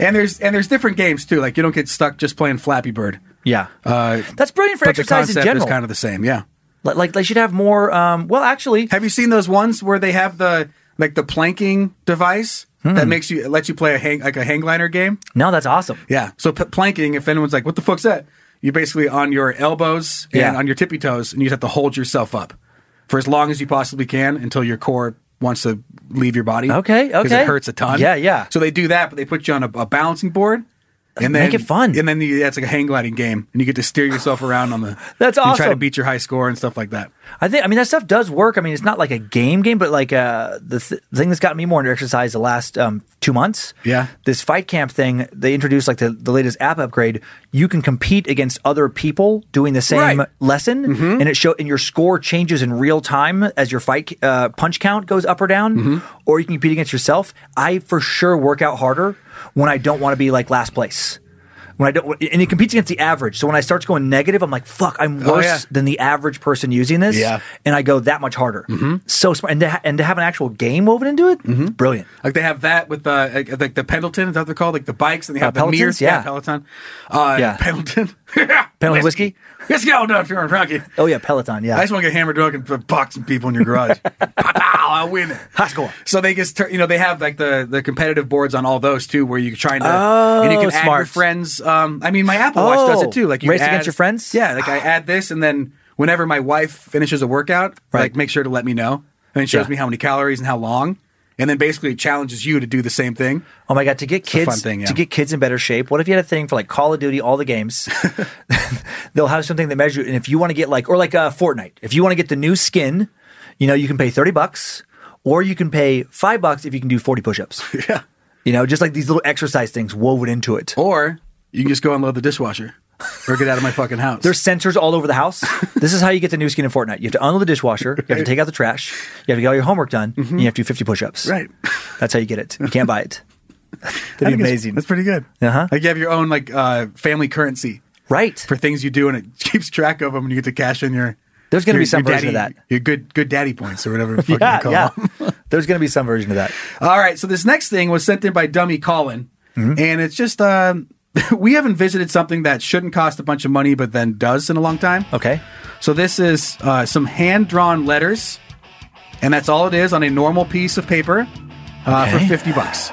And there's and there's different games too. Like you don't get stuck just playing Flappy Bird. Yeah. Uh, That's brilliant for but exercise in the concept general. Is kind of the same. Yeah. Like, like they should have more. Um, well, actually, have you seen those ones where they have the like the planking device Hmm. that makes you lets you play a hang like a hang glider game? No, that's awesome. Yeah. So p- planking, if anyone's like, "What the fuck's that?" You're basically on your elbows and Yeah. on your tippy toes, and you just have to hold yourself up for as long as you possibly can until your core wants to leave your body. Okay, 'Cause okay. it hurts a ton. Yeah, yeah. So they do that, but they put you on a, a balancing board. And then, Make it fun. And then you, yeah, it's like a hang gliding game, and you get to steer yourself around on the. That's You try to awesome. beat your high score and stuff like that. I think I mean that stuff does work. I mean, it's not like a game game, but like uh, the th- thing that's gotten me more into exercise the last um, two months. Yeah. this fight camp thing they introduced like the, the latest app upgrade. You can compete against other people doing the same Right. lesson, Mm-hmm. and it show and your score changes in real time as your fight c- uh, punch count goes up or down. Mm-hmm. Or you can compete against yourself. I for sure work out harder when I don't want to be like last place. When I don't, and it competes against the average. So when I start going negative, I'm like, "Fuck, I'm Oh, worse yeah. than the average person using this." Yeah. Mm-hmm. and I go that much harder. So smart, and to, ha- and to have an actual game woven into it, brilliant. Like they have that with uh, like, like the Pendleton, is that what they're called? Like the bikes, and they Uh, have the Pelotons? mirrors. Yeah. Peloton. Uh, Yeah. Pendleton. Pendleton whiskey. Let's get all done if you're on Rocky. Oh yeah, Peloton. Yeah, I just want to get hammered drunk and box some people in your garage. I win it. High score. So they just, tur- you know, they have like the, the competitive boards on all those too, where you're trying to, Oh, and you can add your smart. friends. Um, I mean, my Apple Watch does Oh, it too. Like you race add- against your friends? Ah. Yeah, like I add this, and then whenever my wife finishes a workout, Right. like make sure to let me know, and it shows Yeah. me how many calories and how long, and then basically it challenges you to do the same thing. Oh my god, to get a fun kids thing, yeah. to get kids in better shape. What if you had a thing for like Call of Duty, all the games? They'll have something that measures you, and if you want to get like or like uh, Fortnite, if you want to get the new skin, you know you can pay thirty bucks, or you can pay five bucks if you can do forty push-ups. Yeah. You know, just like these little exercise things woven into it. Or you can just go unload the dishwasher, or get out of my fucking house. There's sensors all over the house. this is how you get the new skin in Fortnite. You have to unload the dishwasher. You have to take out the trash. You have to get all your homework done. And you have to do 50 push-ups. Mm-hmm. Right. That's how you get it. You can't buy it. I That'd think be it's- amazing. That's pretty good. Uh huh. Like you have your own like uh, family currency, right? For things you do, and it keeps track of them, and you get to cash in your. There's gonna your- be some your version of daddy- that. Your good good daddy points or whatever the fuck Yeah, you call yeah. them. There's going to be some version of that. All right, so this next thing was sent in by Dummy Colin, Mm-hmm. and it's just um, we haven't visited something that shouldn't cost a bunch of money, but then does in a long time. Okay. So this is uh, some hand drawn letters, and that's all it is on a normal piece of paper uh, for Okay. fifty bucks.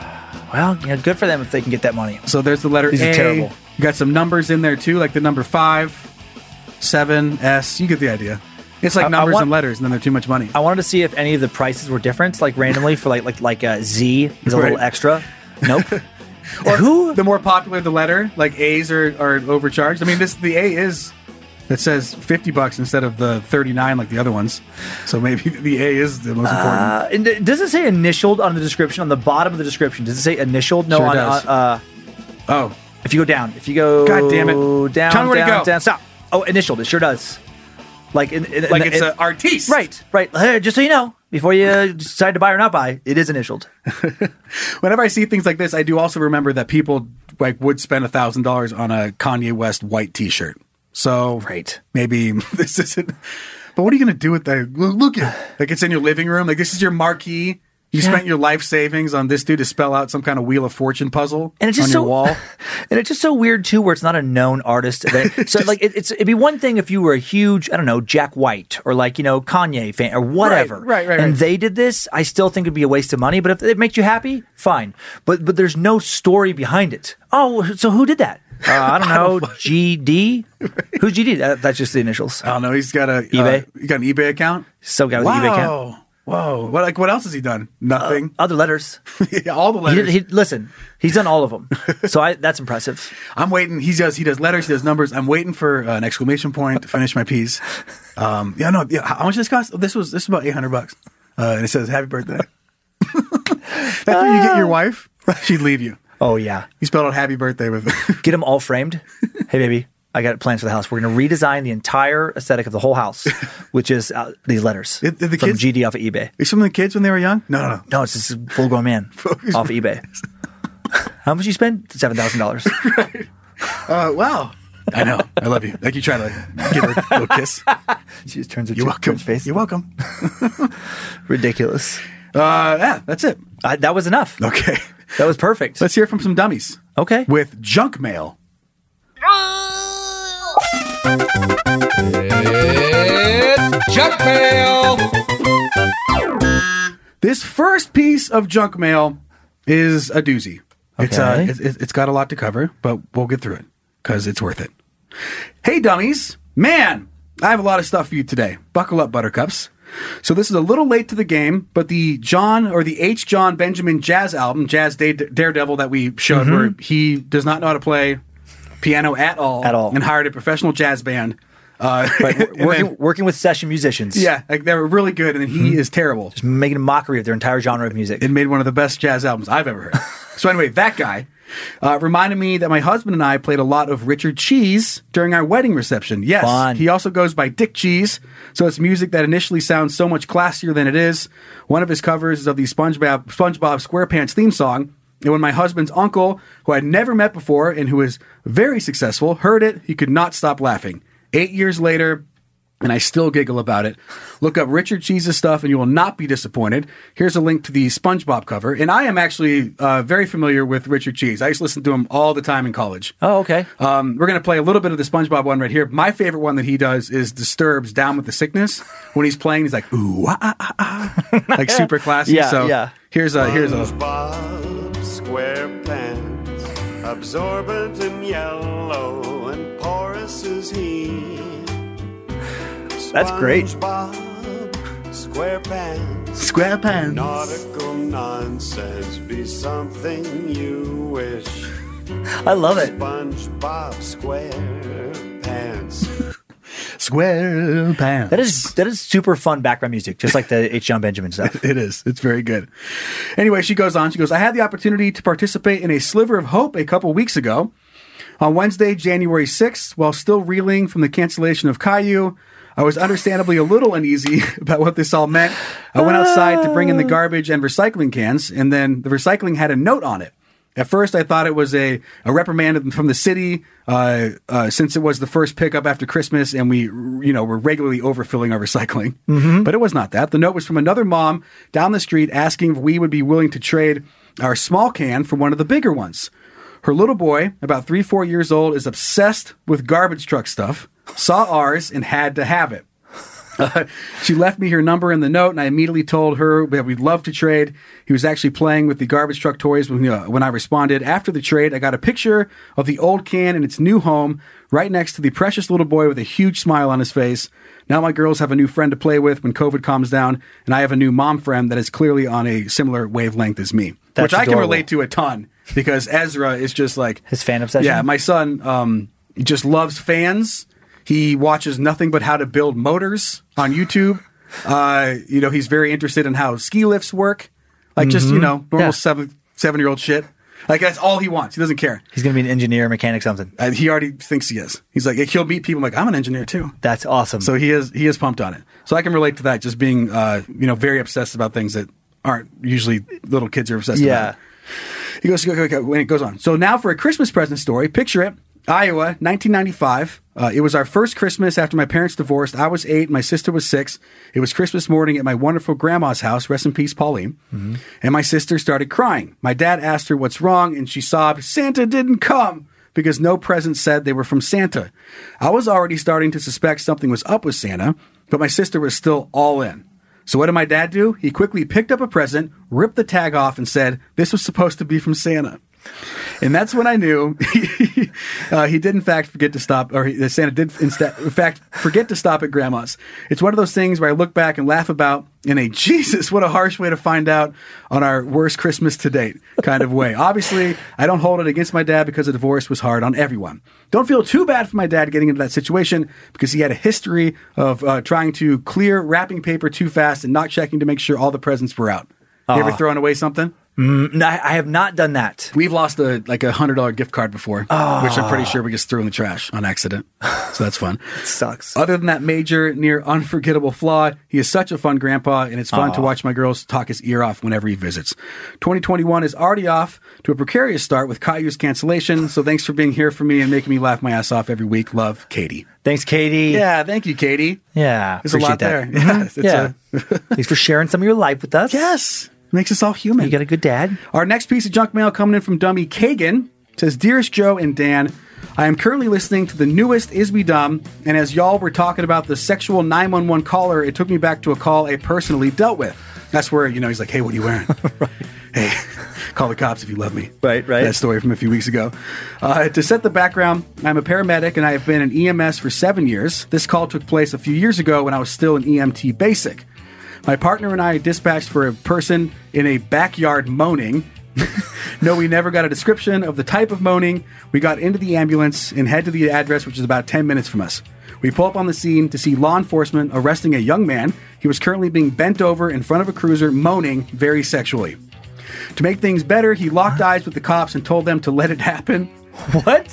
Well, you know, good for them if they can get that money. So there's the letter These A. are terrible. You got some numbers in there too, like the number five, seven, S. You get the idea. It's like I- I numbers want- and letters, and then they're too much money. I wanted to see if any of the prices were different, like randomly for like like like uh, Z is a little Right. extra. Nope. Or who? The more popular the letter, like A's are, are overcharged. I mean, this the A is that says fifty bucks instead of the thirty nine like the other ones. So maybe the A is the most important. Uh, and it- does it say initialed on the description on the bottom of the description? Does it say initialed? No. Sure on, does. on, uh, oh. If you go down, if you go God damn it. down, Tell me where to down, go. down, stop. Oh, initialed. It sure does. Like in, in, Like in- it's in- a artiste. Right. Right. Hey, just so you know, before you decide to buy or not buy, it is initialed. Whenever I see things like this, I do also remember that people like would spend a thousand dollars on a Kanye West white T-shirt. So right, maybe this isn't. But what are you gonna do with that? Look look at like it's in your living room. Like this is your marquee. You Yeah. spent your life savings on this dude to spell out some kind of Wheel of Fortune puzzle and it's just on so your wall. and it's just so weird too, where it's not a known artist. That, so like, it, it's it'd be one thing if you were a huge, I don't know, Jack White or like you know Kanye fan or whatever, right, right, And right. they did this. I still think it'd be a waste of money, but if it makes you happy, fine. But but there's no story behind it. Oh, so who did that? Uh, I don't know. GD. Who's GD? That, that's just the initials. I don't know. He's got a uh, eBay. you got an eBay account. Some guy with an eBay account. Wow. Whoa! What like what else has he done? Nothing. other letters. yeah, all the Uh, He letters. did, he, listen, he's done all of them. So I, that's impressive. I'm waiting. He does. He does letters. He does numbers. I'm waiting for uh, an exclamation point to finish my piece. Um, yeah, no. Yeah, how much this cost? Oh, This was this was about 800 bucks. Uh, and it says "Happy Birthday." That's when you get your wife. She'd leave you. Oh yeah, you spelled out "Happy Birthday" with get them all framed. Hey baby, I got plans for the house. We're going to redesign the entire aesthetic of the whole house, which is uh, these letters the from kids- GD off of eBay. Are some of the kids when they were young? No, no, no. No, it's just a full grown man off eBay. How much you spend? Seven thousand dollars. Uh, wow. I know. I love you. Like you try to like, give her a little kiss. She just turns her You're welcome. face. You're welcome. Ridiculous. Uh, yeah, that's it. Uh, that was enough. Okay. That was perfect. Let's hear from some dummies. Okay. With junk mail. It's junk mail. This first piece of junk mail is a doozy. It's, uh, Okay. it's, it's- it's got a lot to cover, but we'll get through it because it's worth it. Hey, dummies. Man, I have a lot of stuff for you today. Buckle up, buttercups. So, this is a little late to the game, but the John or the H. John Benjamin jazz album, Jazz Da- Daredevil, that we showed, Mhm. where he does not know how to play piano at all, At all. and hired a professional jazz band. Uh, But and wor- working Mm-hmm. then- working with session musicians. yeah, like they were really good, and then he is terrible. Just making a mockery of their entire genre of music. It made one of the best jazz albums I've ever heard. so anyway, that guy uh, reminded me that my husband and I played a lot of Richard Cheese during our wedding reception. Yes, he also goes by Dick Cheese, so it's music that initially sounds so much classier than it is. One of his covers is of the SpongeBob SpongeBob SquarePants theme song. And when my husband's uncle, who I'd never met before and who is very successful, heard it, he could not stop laughing. Eight years later, and I still giggle about it. Look up Richard Cheese's stuff, and you will not be disappointed. Here's a link to the SpongeBob cover, and I am actually uh, very familiar with Richard Cheese. I used to listen to him all the time in college. Oh, okay. Um, we're gonna play a little bit of the SpongeBob one right here. My favorite one that he does is Disturbs "Down with the Sickness." When he's playing, he's like ooh, ah, ah, ah, ah," like super classy. Yeah, so yeah. here's a here's a SpongeBob SquarePants, absorbent and yellow and porous is he. That's great. SpongeBob SquarePants. SquarePants. Nautical nonsense be something you wish. I love it. SpongeBob SquarePants. square pants. That is that is super fun background music, just like the H. John Benjamin stuff. it is. It's very good. Anyway, she goes on. She goes, I had the opportunity to participate in a sliver of hope a couple weeks ago. On Wednesday, January 6th, while still reeling from the cancellation of Caillou, I was understandably a little uneasy about what this all meant. I went outside to bring in the garbage and recycling cans, and then the recycling had a note on it. At first, I thought it was a, a reprimand from the city, uh, uh, since it was the first pickup after Christmas, and we, you know, were regularly overfilling our recycling. But it was not that. The note was from another mom down the street asking if we would be willing to trade our small can for one of the bigger ones. Her little boy, about three, four years old, is obsessed with garbage truck stuff, saw ours, and had to have it. Uh, she left me her number in the note, and I immediately told her that we'd love to trade. He was actually playing with the garbage truck toys when, uh, when I responded. After the trade, I got a picture of the old can in its new home, right next to the precious little boy with a huge smile on his face. Now my girls have a new friend to play with when COVID calms down, and I have a new mom friend that is clearly on a similar wavelength as me, That's which I can adorable. relate to a ton because Ezra is just like His fan obsession. yeah, my son um, just loves fans. He watches nothing but how to build motors on YouTube. Uh, you know, he's very interested in how ski lifts work. Like just you Mhm. know, normal Yeah. seven seven year old shit. Like that's all he wants. He doesn't care. He's going to be an engineer, mechanic, something. Uh, he already thinks he is. He's like he'll meet people. I'm like I'm an engineer too. That's awesome. So he is he is pumped on it. So I can relate to that. Just being uh, you know very obsessed about things that aren't usually little kids are obsessed Yeah. about. He goes, okay, okay, when it goes on. So now for a Christmas present story. Picture it. Iowa, 1995. Uh, it was our first Christmas after my parents divorced. I was eight, my sister was six. It was Christmas morning at my wonderful grandma's house. Rest in peace, Pauline. And my sister started crying. My dad asked her what's wrong, and she sobbed, Santa didn't come because no presents said they were from Santa. I was already starting to suspect something was up with Santa, but my sister was still all in. So what did my dad do? He quickly picked up a present, ripped the tag off, and said, This was supposed to be from Santa. And that's when I knew uh, he did, in fact, forget to stop, or he, that Santa did, insta- in fact, forget to stop at Grandma's. It's one of those things where I look back and laugh about in a Jesus, what a harsh way to find out on our worst Christmas to date kind of way. Obviously, I don't hold it against my dad because the divorce was hard on everyone. Don't feel too bad for my dad getting into that situation because he had a history of uh, trying to clear wrapping paper too fast and not checking to make sure all the presents were out. You ever Aw. thrown away something? Mm, no, I I have not done that. We've lost a like a hundred dollar gift card before, Oh. which I'm pretty sure we just threw in the trash on accident. So that's fun. It sucks. Other than that major, near unforgettable flaw, he is such a fun grandpa, and it's fun Aw. to watch my girls talk his ear off whenever he visits. 2021 is already off to a precarious start with Caillou's cancellation. So thanks for being here for me and making me laugh my ass off every week. Love, Katie. Thanks, Katie. Yeah, thank you, Katie. Yeah, There's a lot appreciate there. that. Yeah, it's yeah. Thanks for sharing some of your life with us. Yes. Makes us all human. You got a good dad. Our next piece of junk mail coming in from Dummy Kagan says, Dearest Joe and Dan, I am currently listening to the newest Is We Dumb, and as y'all were talking about the sexual 911 caller, it took me back to a call I personally dealt with. That's where, you know, he's like, hey, what are you wearing? Hey, call the cops if you love me. Right, right. That story from a few weeks ago. Uh, to set the background, I'm a paramedic and I have been an EMS for seven years. This call took place a few years ago when I was still an EMT basic. My partner and I dispatched for a person in a backyard moaning. no, we never got a description of the type of moaning. We got into the ambulance and head to the address, which is about 10 minutes from us. We pull up on the scene to see law enforcement arresting a young man. He was currently being bent over in front of a cruiser, moaning very sexually. To make things better, he locked eyes with the cops and told them to let it happen. What?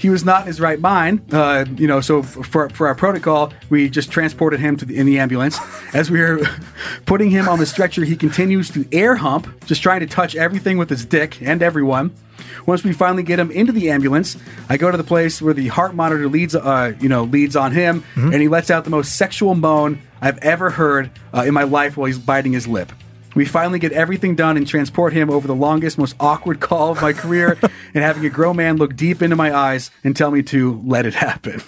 he was not in his right mind, uh, you know. So f- for for our protocol, we just transported him to the, in the ambulance. As we were putting him on the stretcher, he continues to air hump, just trying to touch everything with his dick and everyone. Once we finally get him into the ambulance, I go to the place where the heart monitor leads, uh, you know, leads on him, and he lets out the most sexual moan I've ever heard uh, in my life while he's biting his lip. We finally get everything done and transport him over the longest, most awkward call of my career, and having a grown man look deep into my eyes and tell me to let it happen.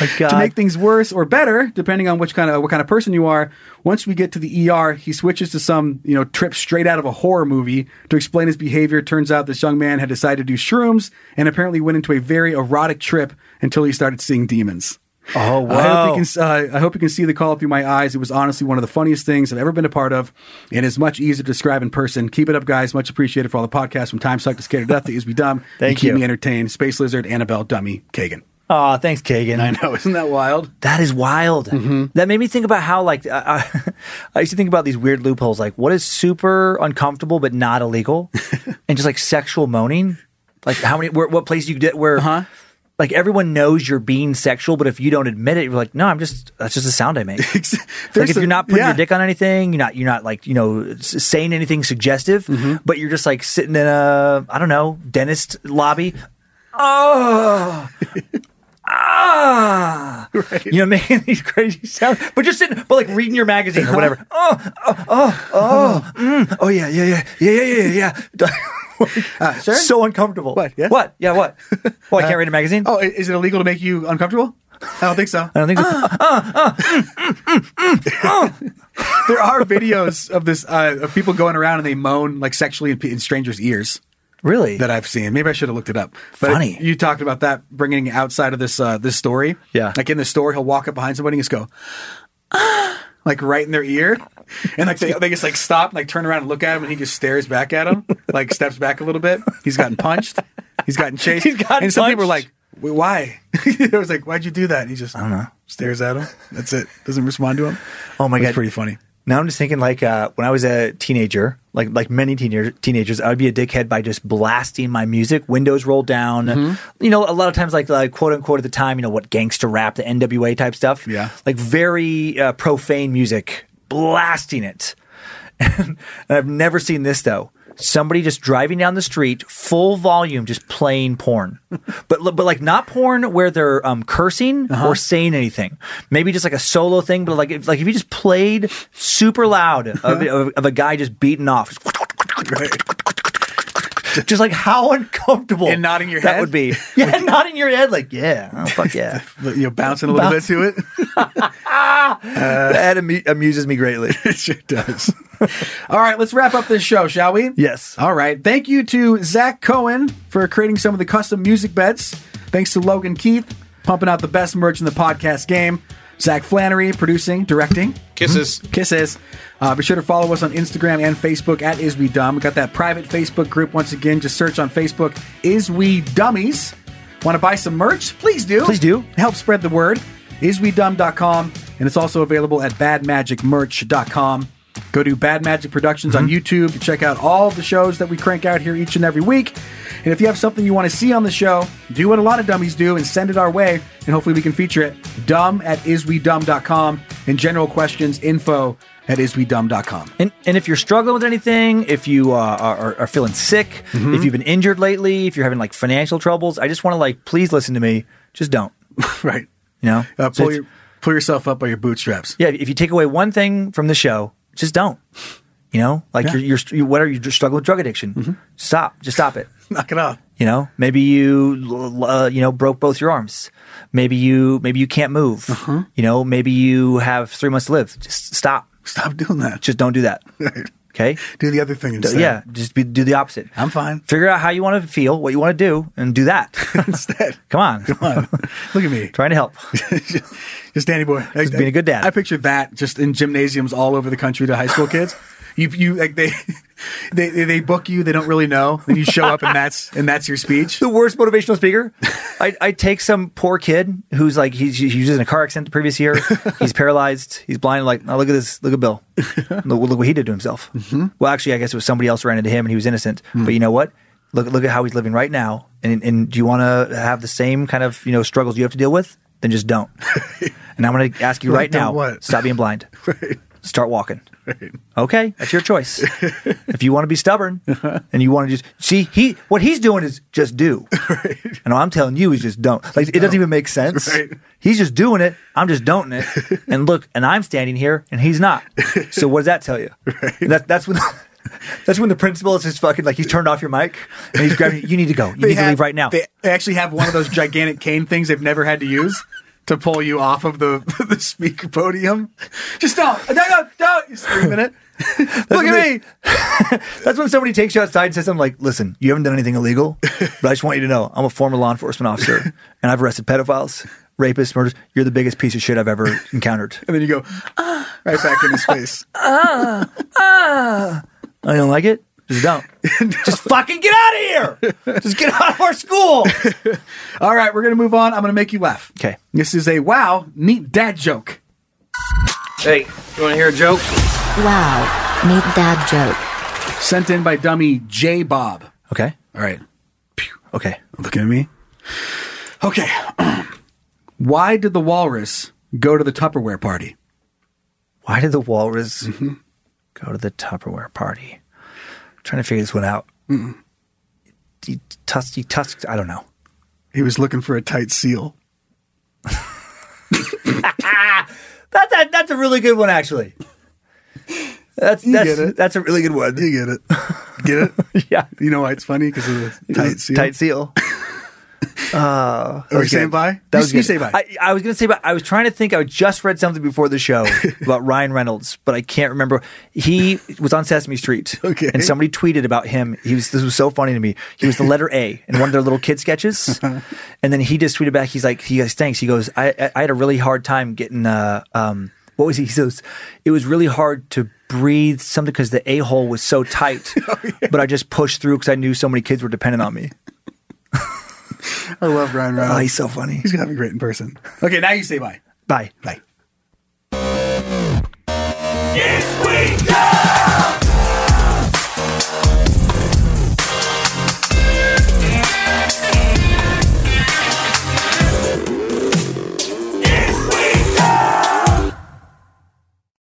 Uh, To make things worse or better, depending on which kind of what kind of person you are, once we get to the ER, he switches to some you know trip straight out of a horror movie to explain his behavior. Turns out this young man had decided to do shrooms and apparently went into a very erotic trip until he started seeing demons. Oh, I hope, wow. you can, uh, I hope you can see the call through my eyes. It was honestly one of the funniest things I've ever been a part of, and it's much easier to describe in person. Keep it up, guys. Much appreciated for all the podcasts from Time Suck to Scared to Death to Is Be Dumb. Thank Keep you. me entertained. Space Lizard, Annabelle, Dummy, Kagan. Aw, thanks, Kagan. I know, isn't that wild? That is wild. That made me think about how, like, I, I- I used to think about these weird loopholes, like what is super uncomfortable but not illegal, and just like sexual moaning, like how many, where, what place you get where, like everyone knows you're being sexual, but if you don't admit it, you're like, no, I'm just that's just a sound I make. like if a- you're not putting yeah. your dick on anything, you're not you're not like you know s- saying anything suggestive, Mm-hmm. but you're just like sitting in a I don't know dentist lobby. Oh, ah, you know, making these crazy sounds, but just sitting, but like reading your magazine or whatever. Oh, oh, oh, oh, mm, oh, yeah, yeah, yeah, yeah, yeah, yeah, yeah. Uh, sir? So uncomfortable. What? Yes? What? Yeah, what? Oh, I can't read a magazine. Oh, i- is it illegal to make you uncomfortable? I don't think so. I don't think so. Ah. there are videos of this uh, of people going around and they moan like sexually in, pe- in strangers' ears. Really? That I've seen. Maybe I should have looked it up. Funny. You talked about that bringing it outside of this uh, this story. Yeah. Like in the store, he'll walk up behind somebody and just go, "Ah," like right in their ear, and like they, they just like stop and like turn around and look at him, and he just stares back at him, like steps back a little bit. He's gotten punched. He's gotten chased. He's gotten and some people are punched. like, "Wait, "Why?" it was like, "Why'd you do that?" And he just, I don't know. Stares at him. That's it. Doesn't respond to him. Oh my That's god, pretty funny. Now I'm just thinking like uh, when I was a teenager, like like many teenager, teenagers, I would be a dickhead by just blasting my music, windows rolled down. You know, a lot of times like, like quote unquote at the time, you know what gangster rap, the NWA type stuff. Yeah, like very uh, profane music, blasting it. And, I've never seen this though. somebody just driving down the street, full volume, just playing porn, but but like not porn where they're um, cursing or saying anything. Maybe just like a solo thing, but like if, like if you just played super loud of, of, of a guy just beating off. Just like how uncomfortable and nodding your that head? would be. Yeah, nodding your head like yeah, oh, fuck yeah. You're bouncing a little bit to it. that amu- amuses me greatly. it sure does. All right, let's wrap up this show, shall we? Yes. All right. Thank you to Zach Cohen for creating some of the custom music beds. Thanks to Logan Keith, pumping out the best merch in the podcast game. Zach Flannery, producing, directing. Kisses. Kisses. Uh, be sure to follow us on Instagram and Facebook at Is We Dumb. We got that private Facebook group once again. Just search on Facebook Is We Dummies. Want to buy some merch? Please do. Please do. Help spread the word. IsWeDumb.com. And it's also available at badmagicmerch.com. Go to Bad Magic Productions on YouTube to check out all the shows that we crank out here each and every week. And if you have something you want to see on the show, do what a lot of dummies do and send it our way, and hopefully we can feature it. Dumb at iswedumb.com and general questions info at iswedumb.com. And, and if you're struggling with anything, if you uh, are, are- are feeling sick, Mhm. if you've been injured lately, if you're having like financial troubles, I just want to like, please listen to me. Just don't. right. You know? Uh, So pull, it's- your, pull yourself up by your bootstraps. yeah. If you take away one thing from the show, just don't. You know, like Yeah. Mm-hmm. you're, you're, you what are you just struggling with drug addiction? Stop. Just stop it. Knock it off. You know, maybe you uh, you know broke both your arms. Maybe you maybe you can't move. Uh-huh. You know, maybe you have three months to live. Just stop. Stop doing that. Just don't do that. Okay. Do the other thing instead. Yeah. Just be, do the opposite. I'm fine. Figure out how you want to feel, what you want to do, and do that instead. Come on. Come on. Look at me. Trying to help. Just Danny boy. Just being a good dad. I pictured that just in gymnasiums all over the country to high school kids. You, you like they, they they they book you. They don't really know. Then you show up and that's and that's your speech. The worst motivational speaker. I, I take some poor kid who's like he's he was in a car accident the previous year. He's paralyzed. He's blind. Like oh, look at this. Look at Bill. Look, look what he did to himself. Well, actually, I guess it was somebody else ran into him and he was innocent. Mm-hmm. Mm. But you know what? Look look at how he's living right now. And and do you want to have the same kind of you know struggles you have to deal with? Then just don't. and I'm going to ask you Like, right don't now. what? Stop being blind. Start walking. Okay, that's your choice. if you want to be stubborn and you want to just see he what he's doing is just do. And what I'm telling you is just don't. Like it doesn't even make sense. He's just doing it. I'm just don'ting it. and look, and I'm standing here and he's not. So what does that tell you? And That, that's when that's when the principal is just fucking like he's turned off your mic and he's grabbing you, you need to go. You They need to have- leave right now. They actually have one of those gigantic cane things they've never had to use to pull you off of the the speaker podium. Just don't, don't, don't, don't. You screaming it. Look at me. That's when somebody takes you outside and says something like, listen, you haven't done anything illegal, but I just want you to know I'm a former law enforcement officer and I've arrested pedophiles, rapists, murderers. You're the biggest piece of shit I've ever encountered. And then you go "Ah," right back in his face. Ah, ah. I don't like it. Just don't. Just fucking get out of here. Just get out of our school. All right, we're gonna move on. I'm gonna make you laugh. Okay. This is a wow, neat dad joke. Hey, you want to hear a joke? Wow, neat dad joke. Sent in by dummy J Bob. Okay. All right. Pew. Okay. Look at me. Okay. Why did the walrus go to the Tupperware party? Why did the walrus Mm-hmm. go to the Tupperware party? I'm trying to figure this one out. He, tus- he tusked, I don't know. He was looking for a tight seal. That's a, that's a really good one, actually. That's You that's get it. that's a really good one. You get it. Get it? yeah. You know why it's funny? Because of the tight seal. Tight seal. Uh, Are we saying bye? That You- was you good. say bye. I, I was going to say bye. I was trying to think. I just read something before the show about Ryan Reynolds, but I can't remember. He was on Sesame Street, Okay. and somebody tweeted about him. He was. This was so funny to me. He was the letter A in one of their little kid sketches, and then he just tweeted back. He's like, he goes, thanks. He goes, I, I, I had a really hard time getting. Uh, um, what was he? He goes, it was really hard to breathe something because the a hole was so tight, Oh, but I just pushed through because I knew so many kids were dependent on me. I love Ryan Reynolds. Oh, he's so funny. He's going to be great in person. Okay, now you say bye. Bye. Bye.